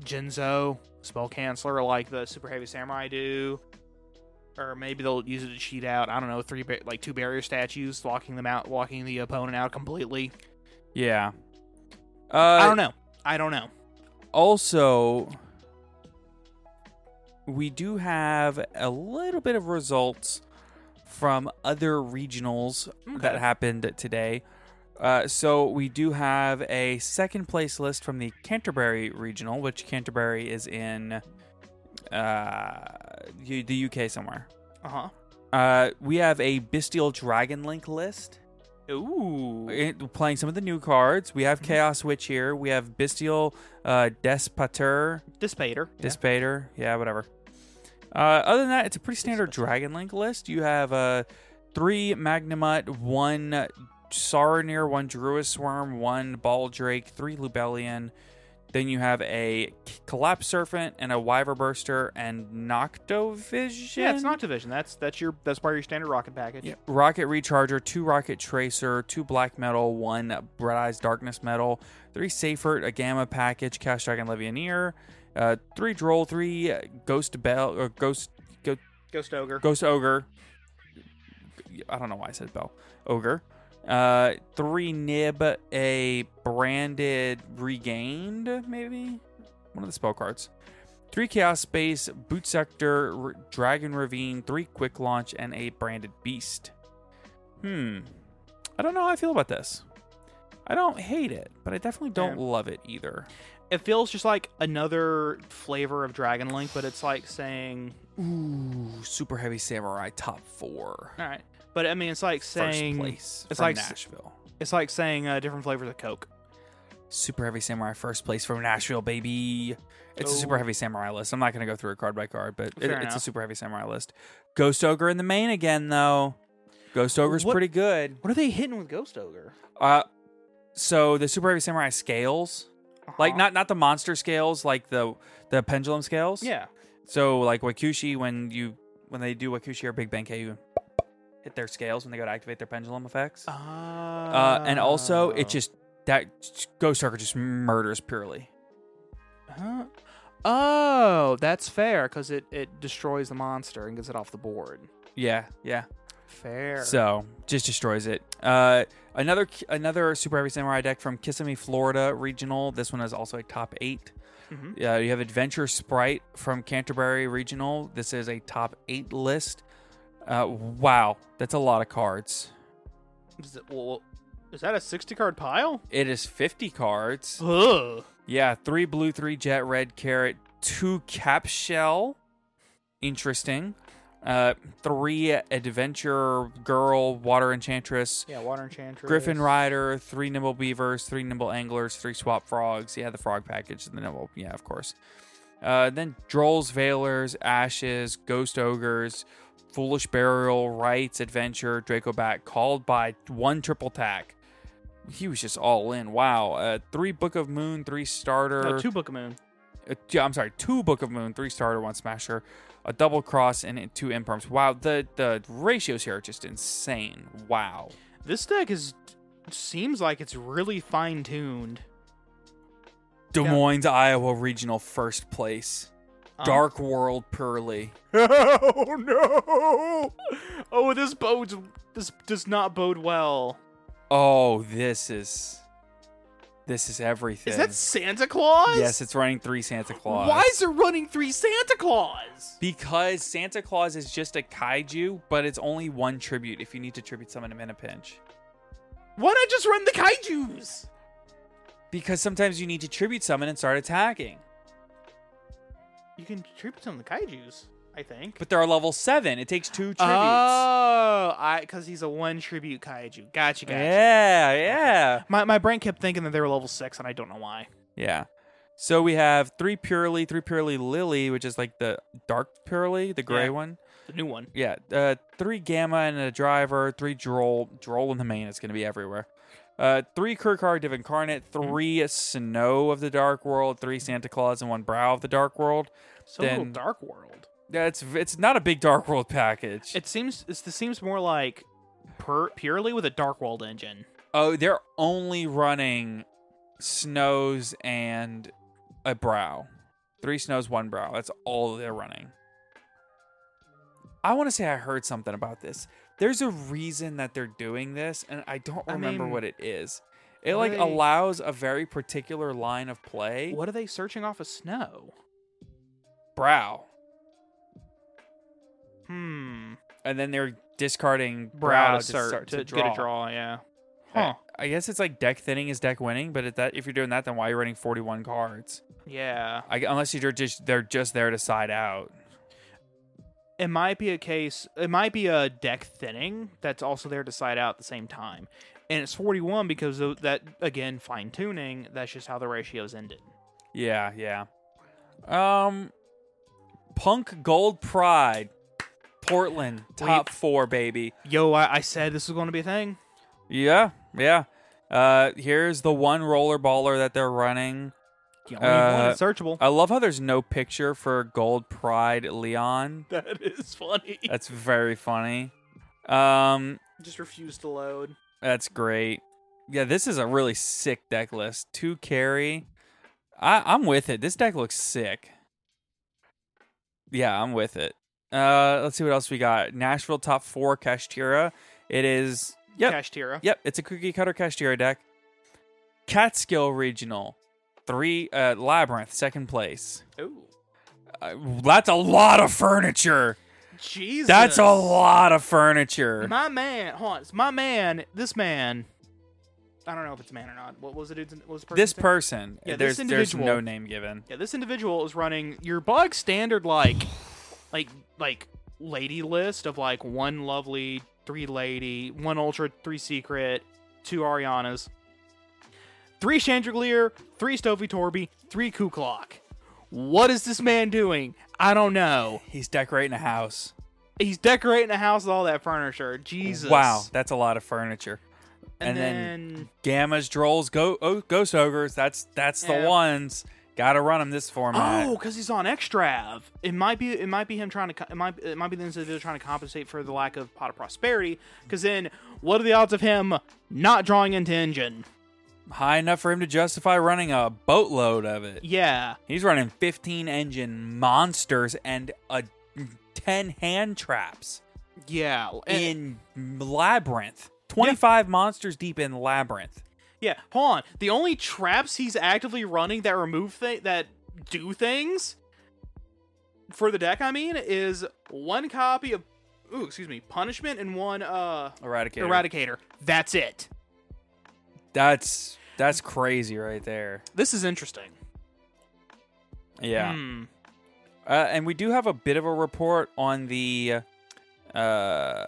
Genzo spell canceller like the super heavy samurai do, or maybe they'll use it to cheat out. I don't know three ba- like two barrier statues, locking them out, locking the opponent out completely. yeah. Uh, I don't know. I don't know. Also, we do have a little bit of results from other regionals that Okay. happened today. Uh, so we do have a second place list from the Canterbury regional, which Canterbury is in uh, U- the UK somewhere. Uh huh. Uh, we have a Bestial Dragon Link list Ooh. it- playing some of the new cards. We have Chaos Witch here. We have Bestial uh, Despater. Dispater. Yeah. Dispater, yeah, whatever. Uh, other than that, it's a pretty standard Dragon Link list. You have uh, three Magnemut, one Sarnir, one Druid Swarm, one Ball Drake, three Lubellian. Then you have a K- Collapse Serpent and a Wyver Burster and Noctovision. Yeah, it's not division. That's that's your that's part of your standard rocket package. Yeah. Rocket Recharger, two Rocket Tracer, two Black Metal, one Bright Eyes Darkness Metal, three Seifert, a Gamma Package, Cash Dragon Levianeer, uh, three Droll, three uh, Ghost Bell, or Ghost Go, Ghost ogre. Ghost Ogre. I don't know why I said Bell. Ogre. Uh, three Nib, a branded Regained, maybe? One of the spell cards. Three Chaos Space, Boot Sector, R- Dragon Ravine, three Quick Launch, and a branded Beast. Hmm. I don't know how I feel about this. I don't hate it, but I definitely don't Yeah. love it either. It feels just like another flavor of Dragon Link, but it's like saying Ooh, Super Heavy Samurai top four. all right. But I mean, it's like saying First place it's from like s- Nashville. it's like saying uh, different flavors of Coke. Super Heavy Samurai first place from Nashville, baby. It's a Super Oh. Heavy Samurai list. I'm not going to go through it card by card, but it- Fair it's a enough. Super Heavy Samurai list. Ghost Ogre in the main again, though. Ghost Ogre's What- pretty good. What are they hitting with Ghost Ogre? Uh, so the Super Heavy Samurai scales, like Uh-huh. not not the monster scales, like the the pendulum scales. yeah. So like Wakushi, when you when they do Wakushi or Big Bang K, you hit their scales when they go to activate their pendulum effects. Uh, Uh, and also, Oh. it just that Ghost Ogre just murders purely. Huh? Oh, that's fair because it it destroys the monster and gets it off the board. Yeah, yeah. Fair. So just destroys it. Uh, another another super heavy samurai deck from Kissimmee, Florida regional. This one is also a top eight. Mhm. Uh, you have Adventure Sprite from Canterbury regional. This is a top eight list. Uh, wow, that's a lot of cards. Is, it, well, is that a sixty card pile? It is fifty cards. Ugh. Yeah, three blue, three jet, red carrot, two cap shell. Interesting. Uh, three adventure girl, water enchantress, Yeah, Water Enchantress. Griffin Rider, three nimble beavers, three nimble anglers, three swap frogs. Yeah, the frog package, the nimble. Yeah, of course. Uh, then Drolls, Veilers, Ashes, Ghost Ogres, Foolish Burial, Rites, Adventure, Draco Bat, called by one triple tack. He was just all in. Wow. Uh, three Book of Moon, three starter. No, two Book of Moon. Uh, two- I'm sorry, two Book of Moon, three starter, one smasher, a double cross, and two imperms. Wow, the the ratios here are just insane. Wow. This deck is seems like it's really fine tuned. Des Yeah. Moines, Iowa regional first place. Um, Dark World Pearly. Oh no! Oh, this bodes this does not bode well. Oh, this is this is everything. Is that Santa Claus? yes, it's running three Santa Claus. Why is it running three Santa Claus? Because Santa Claus is just a kaiju, but it's only one tribute if you need to tribute someone in a pinch. Why not just run the kaiju's? Because sometimes you need to tribute someone and start attacking. You can tribute some of the kaiju's, I think. But there are level seven. It takes two tributes. Oh, I because he's a one tribute kaiju. Gotcha, gotcha. yeah, yeah. My my brain kept thinking that they were level six, and I don't know why. Yeah. So we have three purely, three purely lily, which is like the dark purely, the gray Yeah. one. The new one. Yeah. Uh, three gamma and a driver, three droll, droll in the main. It's going to be everywhere. Uh, three Kirkard of Incarnate, three Snow of the Dark World, three Santa Claus, and one Brow of the Dark World. So little Then- Dark World. Yeah, it's it's not a big Dark World package. It seems it's, this seems more like pur- purely with a Dark World engine. oh, they're only running Snows and a Brow. Three Snows, one Brow. That's all they're running. I want to say I heard something about this. There's a reason that they're doing this, and I don't I remember mean, what it is. It what like are they- allows a very particular line of play. What are they searching off of snow? Brow, Hmm. and then they're discarding Brow, Brow to, to, search, start, to, to, get a draw. Yeah. I- Huh. I guess it's like deck thinning is deck winning, but if that if you're doing that, then why are you running 41 cards? Yeah. I, unless you're just they're just there to side out. It might be a case. It might be a deck thinning that's also there to side out at the same time, and it's forty-one because of that again fine tuning. That's just how the ratios ended. Yeah, yeah. Um, Punk Gold Pride, Portland top four baby. Yo, I, I said this was going to be a thing. Yeah, yeah. Uh, here's the one roller baller that they're running. You only need one Uh, it's searchable. I love how there's no picture for Gold Pride Leon. that is funny. That's very funny. Um, Just refuse to load. That's great. Yeah, this is a really sick deck list. Two carry. I, I'm with it. This deck looks sick. Yeah, I'm with it. Uh, let's see what else we got. Nashville top four Kashtira. It is yep Cash Tira. yep. It's a cookie cutter Kashtira deck. Catskill regional three uh, labyrinth second place. Ooh. Uh, that's a lot of furniture. Jesus. That's a lot of furniture. My man, hold on. It's my man. This man. I don't know if it's a man or not. What was it? What was the person's This name? person. Yeah, this there's there's individual. no name given. Yeah, this individual is running your bug standard like, like like lady list of like one lovely, three lady, one ultra, three secret, two Arianas, three Chandelier, three Stovey Torby, three Kuklok. What is this man doing? I don't know. He's decorating a house. He's decorating a house with all that furniture. Jesus. Wow, that's a lot of furniture. and And, then- then, Gammas, Drolls, go oh, Ghost Ogres. That's that's Yeah. the ones. Got to run them this format. Oh, because he's on Extrav. It might be it might be him trying to co- it might it might be the individual trying to compensate for the lack of pot of prosperity. Because then, what are the odds of him not drawing into engine? High enough for him to justify running a boatload of it. Yeah, He's running 15 engine monsters and a 10 hand traps yeah, and- in Labyrinth. 25 monsters deep in Labyrinth. yeah. Hold on. The only traps he's actively running that remove thi- that do things for the deck. I mean, is one copy of ooh, excuse me, punishment and one uh Eradicator. eradicator. That's it. that's that's crazy right there. This is interesting. Yeah. Hmm. Uh, and we do have a bit of a report on the uh,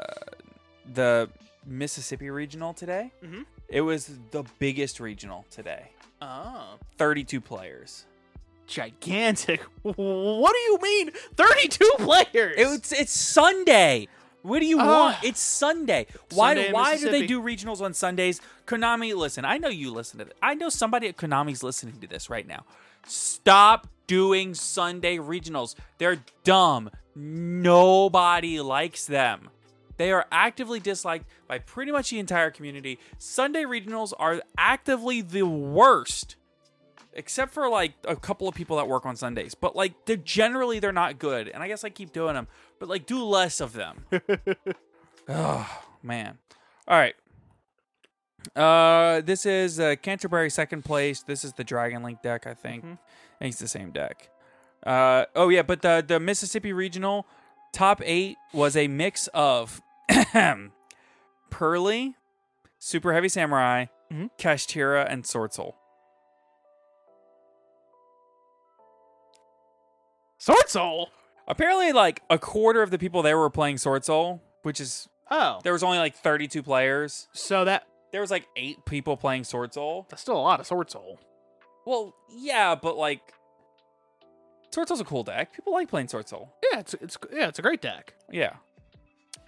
the Mississippi regional today. Mhm. It was the biggest regional today. Oh. Thirty-two players. gigantic. What do you mean? 32 players. It's it's Sunday. What do you Ah. want? It's Sunday. Why Sunday in why do they Mississippi. do regionals on Sundays? Konami, listen. I know you listen to this. I know somebody at Konami's listening to this right now. Stop doing Sunday regionals. They're dumb. Nobody likes them. They are actively disliked by pretty much the entire community. Sunday regionals are actively the worst. except for like a couple of people that work on Sundays. But like they're generally they're not good, and I guess I keep doing them. But like do less of them. oh man. All right. Uh, this is uh, Canterbury second place. This is the Dragon Link deck, I think. I think it's the same deck. Uh, oh yeah, but the the Mississippi Regional top eight was a mix of Pearly, Super Heavy Samurai, Mhm. Kashtira, and Swordsoul. Sword Soul. Apparently, like a quarter of the people there were playing Swordsoul, which is Oh, there was only like 32 players. so that There was like eight people playing Swordsoul. that's still a lot of Sword Soul. Well, yeah, but like Swordsoul's a cool deck. People like playing Swordsoul. Yeah, it's it's yeah, it's a great deck. Yeah.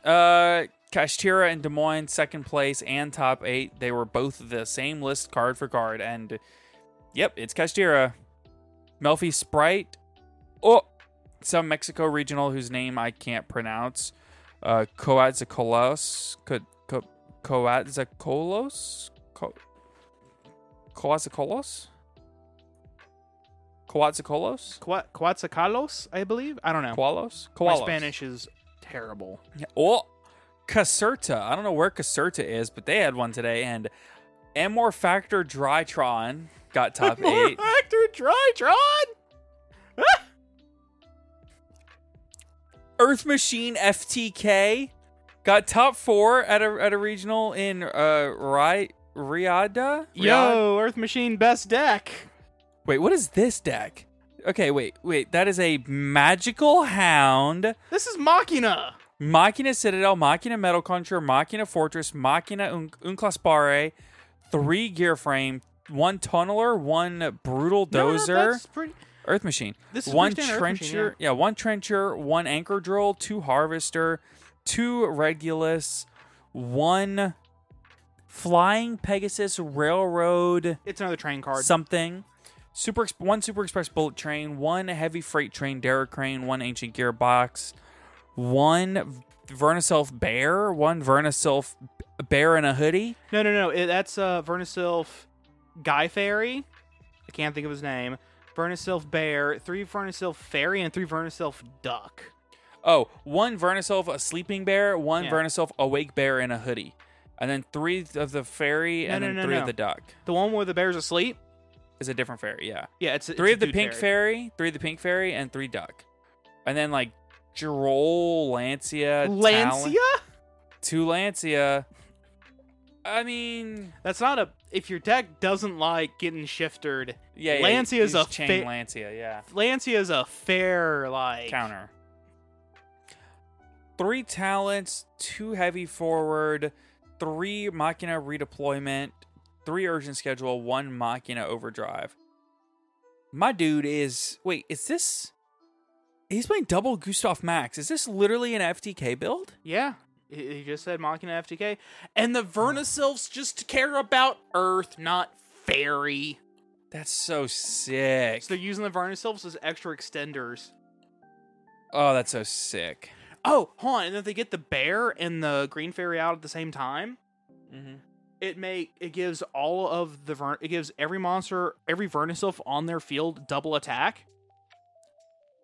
Uh Kashtira and Des Moines second place and top 8. They were both the same list card for card and yep, it's Kashtira. Melfi Sprite. Oh, some Mexico regional whose name I can't pronounce. Uh Coatzacolos. Co- Co- Coatzacolos? Co- Coatzacolos? Coatzacolos? Qua- Coatzacolos, I believe. I don't know. Koalos? My Koalos. Spanish is terrible. Yeah, Oh, Caserta. I don't know where Caserta is, but they had one today. And Amor Factor Drytron got top eight. Actor Tritron. Earth Machine FTK got top four at a at a regional in uh Ri- Riada. Riad- Yo, Earth Machine best deck. Wait, what is this deck? Okay, wait, wait. That is a magical hound. This is Machina. Machina Citadel, Machina Metal Conjure, Machina Fortress, Machina Un- Unclaspare, three gear frame, one tunneler, one brutal No, no, dozer, that's pretty- earth machine, This is one pretty standard Earth Machine, trencher, yeah. one trencher, one anchor drill, two harvester, two regulus, one flying Pegasus railroad It's another train card. something. Super Ex- one Super Express bullet train, one heavy freight train derrick crane, one ancient gearbox, one Vernaself bear, one Vernaself bear in a hoodie. no, no, no. It, that's uh, Vernasilf Guy Fairy. I can't think of his name. Vernasilf Bear, three Vernasilf Fairy, and three Vernasilf Duck. Oh, one Vernaself a sleeping bear, one Yeah. Vernaself awake bear in a hoodie, and then three of the fairy, No, and no, then no, three no. of the duck. The one where the bear's asleep. Is a different fairy, yeah. Yeah, it's Three of the pink fairy, three of the pink fairy, and three duck, and then like Jerol, Lancia, Talon- Lancia. two Lancia. I mean, That's not a. If your deck doesn't like getting shiftered, yeah, yeah Lancia you is a just chain fa- Lancia, yeah. Lancia is a fair like Counter. Three talents, two heavy forward, three Machina redeployment, three urgent schedule, one Machina overdrive. My dude is wait, is this? He's playing double Gustav Max. Is this literally an FTK build? Yeah, he he just said Machina FTK, and the Vernasilfs just care about Earth, not fairy. That's so sick. So they're using the Vernasilfs as extra extenders. Oh, that's so sick. Oh, hold on, and if they get the bear and the green fairy out at the same time, Mm-hmm. it make it gives all of the Vern, it gives every monster, every Vernasilf on their field double attack.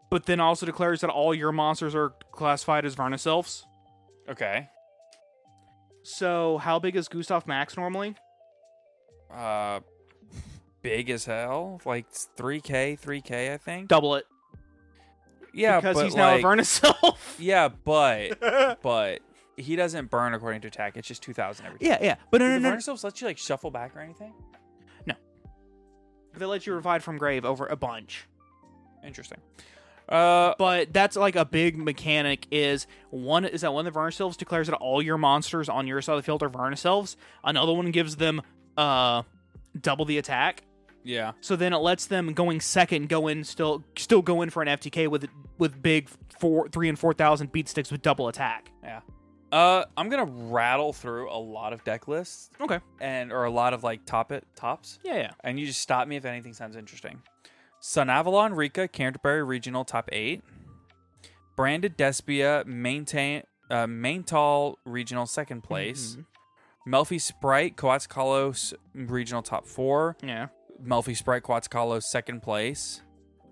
But then also declares that all your monsters are classified as Vernasilfs. Okay. So how big is Gustav Max normally? uh big as hell like it's 3k 3k i think Double it. yeah because but he's now like- a Vernasilf. yeah but but he doesn't burn according to attack it's just 2000 every time Yeah, yeah. But no, no, Did the no. burn ourselves let you like shuffle back or anything They let you revive from grave over a bunch. interesting uh But that's like a big mechanic is one is that one of the Vernasilves declares that all your monsters on your side of the field are Vernasilves. Another one gives them uh double the attack. yeah So then it lets them going second go in still still go in for an FTK with with big four three and four thousand beat sticks with double attack. yeah uh i'm gonna rattle through a lot of deck lists Okay. and or a lot of like top it tops Yeah, yeah. and you just stop me if anything sounds interesting. Sun Avalon, Rika, Canterbury Regional top eight. Branded Despia, maintain uh, Maintal Regional second place. Melfi Sprite, Coatzacolos Regional top four. Yeah. Melfi Sprite Quetzalcoatl second place.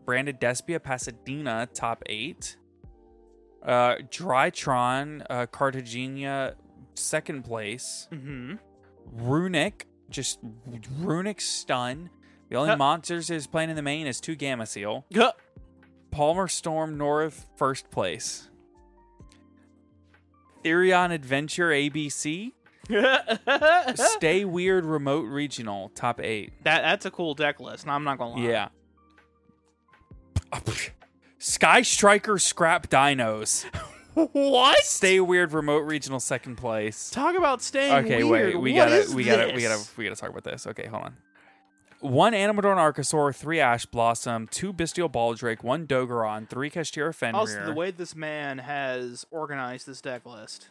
Brandon Despia Pasadena top eight. Uh, Drytron uh, Cartagena second place. Mm-hmm. Runic just Runic stun. The only Huh. monsters is playing in the main is two Gamma Seal. Huh. Palmer Storm North first place. Therion Adventure ABC. that Stay Weird Remote Regional top eight. that's a cool deck list. and I'm not gonna lie. Yeah. Sky Striker Scrap Dinos. What? Stay Weird Remote Regional second place. Talk about staying Okay, weird. wait, we What gotta is we gotta we this? gotta we gotta talk about this. Okay, hold on. One Animadorn Archosaur, three Ash Blossom, two Bestial Baldrake, one Dogoron, three Kashira Fenrir. Also, the way this man has organized this deck list.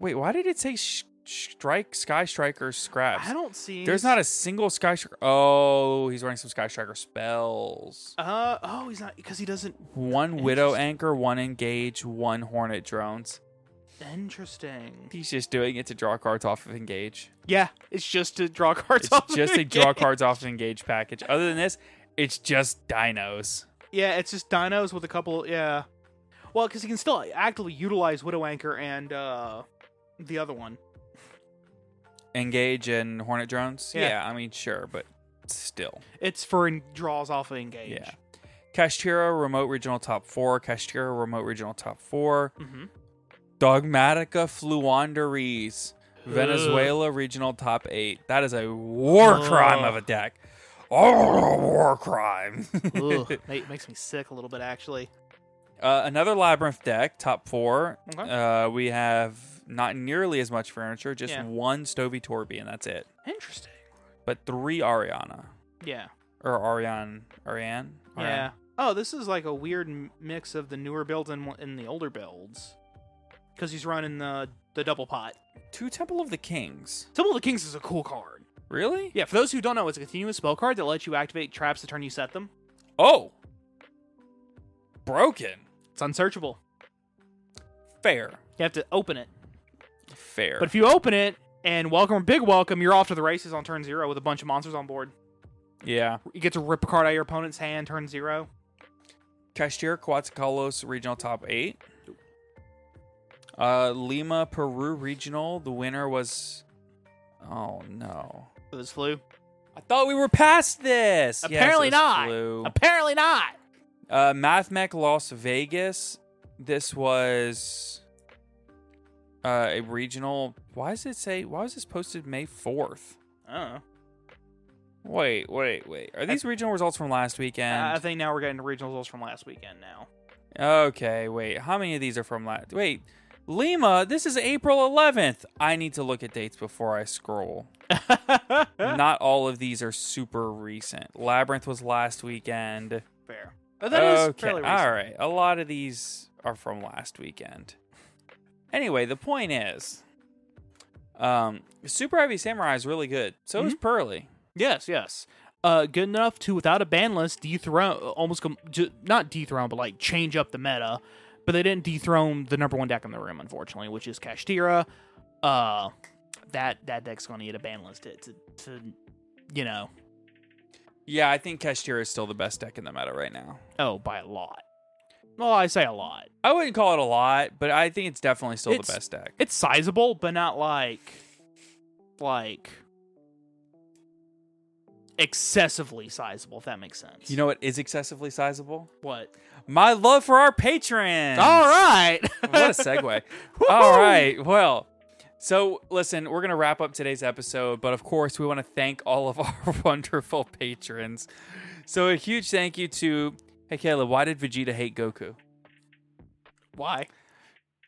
Wait, why did it say sh- Strike Sky Striker Scraps? I don't see. There's not a single Sky Striker. Oh, he's running some Sky Striker spells. Uh oh, he's not because he doesn't. One Widow Interesting. Anchor, one Engage, one Hornet Drones. Interesting. He's just doing it to draw cards off of Engage. Yeah, it's just to draw cards. It's off of just the a draw game. cards off of Engage package. Other than this, it's just dinos. Yeah, it's just dinos with a couple. Yeah. Well, because he can still actively utilize Widow Anchor and uh the other one. Engage and Hornet Drones? Yeah. Yeah, I mean, sure, but still. It's for en- draws off of engage. Yeah. Kashtira Remote Regional Top 4, Kashtira Remote Regional Top 4, Mhm. Dogmatica Fluanderies, Venezuela Regional Top 8. That is a war crime of a deck. Oh, war crime. Ugh, ma- makes me sick a little bit actually. Uh, another labyrinth deck, top four. Okay. Uh, we have not nearly as much furniture, just Yeah. one Stovey Torby, and that's it. Interesting. But three Ariana Yeah. or Ariane, Ariane. Yeah. Oh, this is like a weird m- mix of the newer builds and, w- and the older builds. Because he's running the the double pot. Ariane. Two Temple of the Kings. Temple of the Kings is a cool card. Really? Yeah, for those who don't know, it's a continuous spell card that lets you activate traps the turn you set them. Oh, broken. It's unsearchable. Fair. You have to open it. Fair. But if you open it and welcome or big welcome, you're off to the races on turn zero with a bunch of monsters on board. yeah. You get to rip a card out of your opponent's hand, turn zero. Cashier Coatzacolos Regional Top Eight. Uh, Lima Peru Regional. The winner was. Oh no. With his flu. I thought we were past this. Yes, Apparently it's not. flu. Apparently not. Uh, MathMech Las Vegas. This was uh, a regional. Why does it say? Why was this posted May fourth? Oh. Wait, wait, wait. Are these regional results from last I weekend? think now we're getting to regional results from last weekend now. okay, wait. How many of these are from last? Wait, Lima. This is April eleventh. I need to look at dates before I scroll. Not all of these are super recent. Labyrinth was last weekend. Fair. But that is fairly recent. All right. A lot of these are from last weekend. Anyway, the point is um, Super Heavy Samurai is really good. So Mm-hmm. is Pearly. Yes, yes. Uh, good enough to, without a ban list, dethrone, almost com- ju- not dethrone, but like change up the meta. But they didn't dethrone the number one deck in the room, unfortunately, which is Kashtira. Uh, that that deck's going to get a ban list to, to, to, you know, Yeah, I think Kashtira is still the best deck in the meta right now. oh, by a lot. Well, I say a lot. I wouldn't call it a lot, but I think it's definitely still It's- the best deck. It's sizable, but not like, like, excessively sizable, if that makes sense. You know what is excessively sizable? what? My love for our patrons. All right. what a segue. All right. Well, so listen, we're going to wrap up today's episode, but of course, we want to thank all of our wonderful patrons. So, a huge thank you to Hey Caleb, why did Vegeta hate Goku? Why?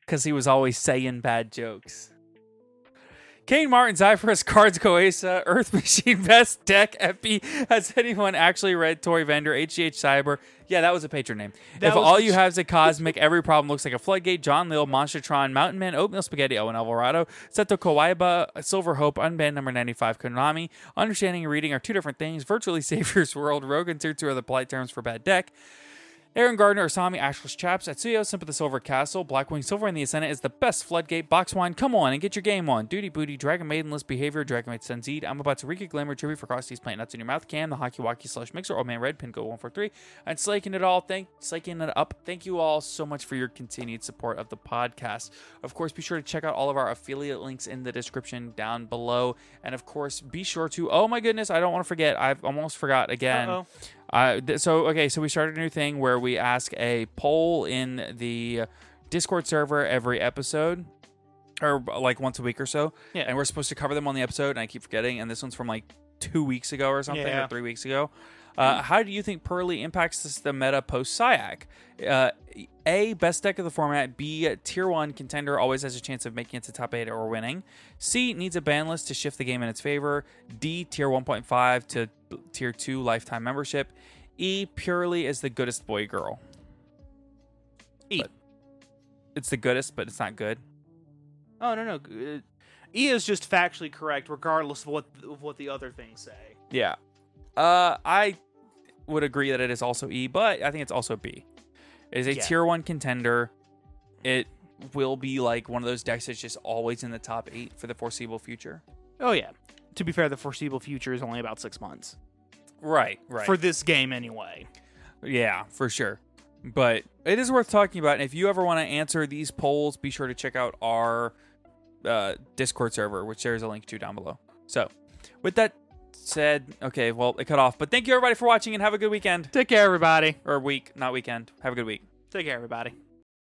Because he was always saying bad jokes. Kane Martin, Zyphorus, Cards Coesa, Earth Machine, Best Deck, Epi. Has anyone actually read Tori Vander, HGH Cyber? Yeah, that was a patron name. That if was- all you have is a Cosmic, every problem looks like a floodgate. John Lil, Monstertron, Mountain Man, Oatmeal Spaghetti, Owen Alvarado, Seto Kawaiba, Silver Hope, Unbanned Number 95, Konami. Understanding and reading are two different things. Virtually Savior's World, Rogan's Tier 2 are the polite terms for bad deck. Aaron Gardner, Asami, Ashless Chaps, Atsuyo, Simp of the Silver Castle, Blackwing, Silver, and the Ascendant is the best Floodgate box wine. Come on and get your game on. Duty Booty, Dragon Maidenless Behavior, Dragon Maid Senseed, I'm about to Rika Glamour, Tribute for Costy's Plant Nuts in Your Mouth, Cam, the Hockey Walkie slash Mixer, Old Man Red, Pinko 143, and Slaking It All. Thank Slaking It Up. Thank you all so much for your continued support of the podcast. Of course, be sure to check out all of our affiliate links in the description down below. And of course, be sure to, oh my goodness, I don't want to forget. I've almost forgot again. Uh-oh. Uh, th- so okay, so we started a new thing where we ask a poll in the Discord server every episode, or like once a week or so. Yeah. and we're supposed to cover them on the episode, and I keep forgetting. And this one's from like two weeks ago or something, Yeah. or three weeks ago. Uh, how do you think Pearly impacts this, the meta post Syac? Uh, a best deck of the format. B tier one contender always has a chance of making it to top eight or winning. C needs a ban list to shift the game in its favor. D tier 1.5 to b- tier two lifetime membership. E purely is the goodest boy girl. E. But- It's the goodest, but it's not good. Oh no no. g- uh, E is just factually correct, regardless of what of what the other things say. Yeah. Uh, I would agree that it is also E, but I think it's also B. It is a Yeah. tier one contender. It will be like one of those decks that's just always in the top eight for the foreseeable future. Oh yeah. To be fair, the foreseeable future is only about six months Right, right. for this game, anyway. Yeah, for sure. But it is worth talking about. And if you ever want to answer these polls, be sure to check out our uh, Discord server, which there's a link to down below. So, with that said, okay, well, it cut off. But thank you everybody for watching and have a good weekend. Take care, everybody. Or week, not weekend. Have a good week. Take care, everybody.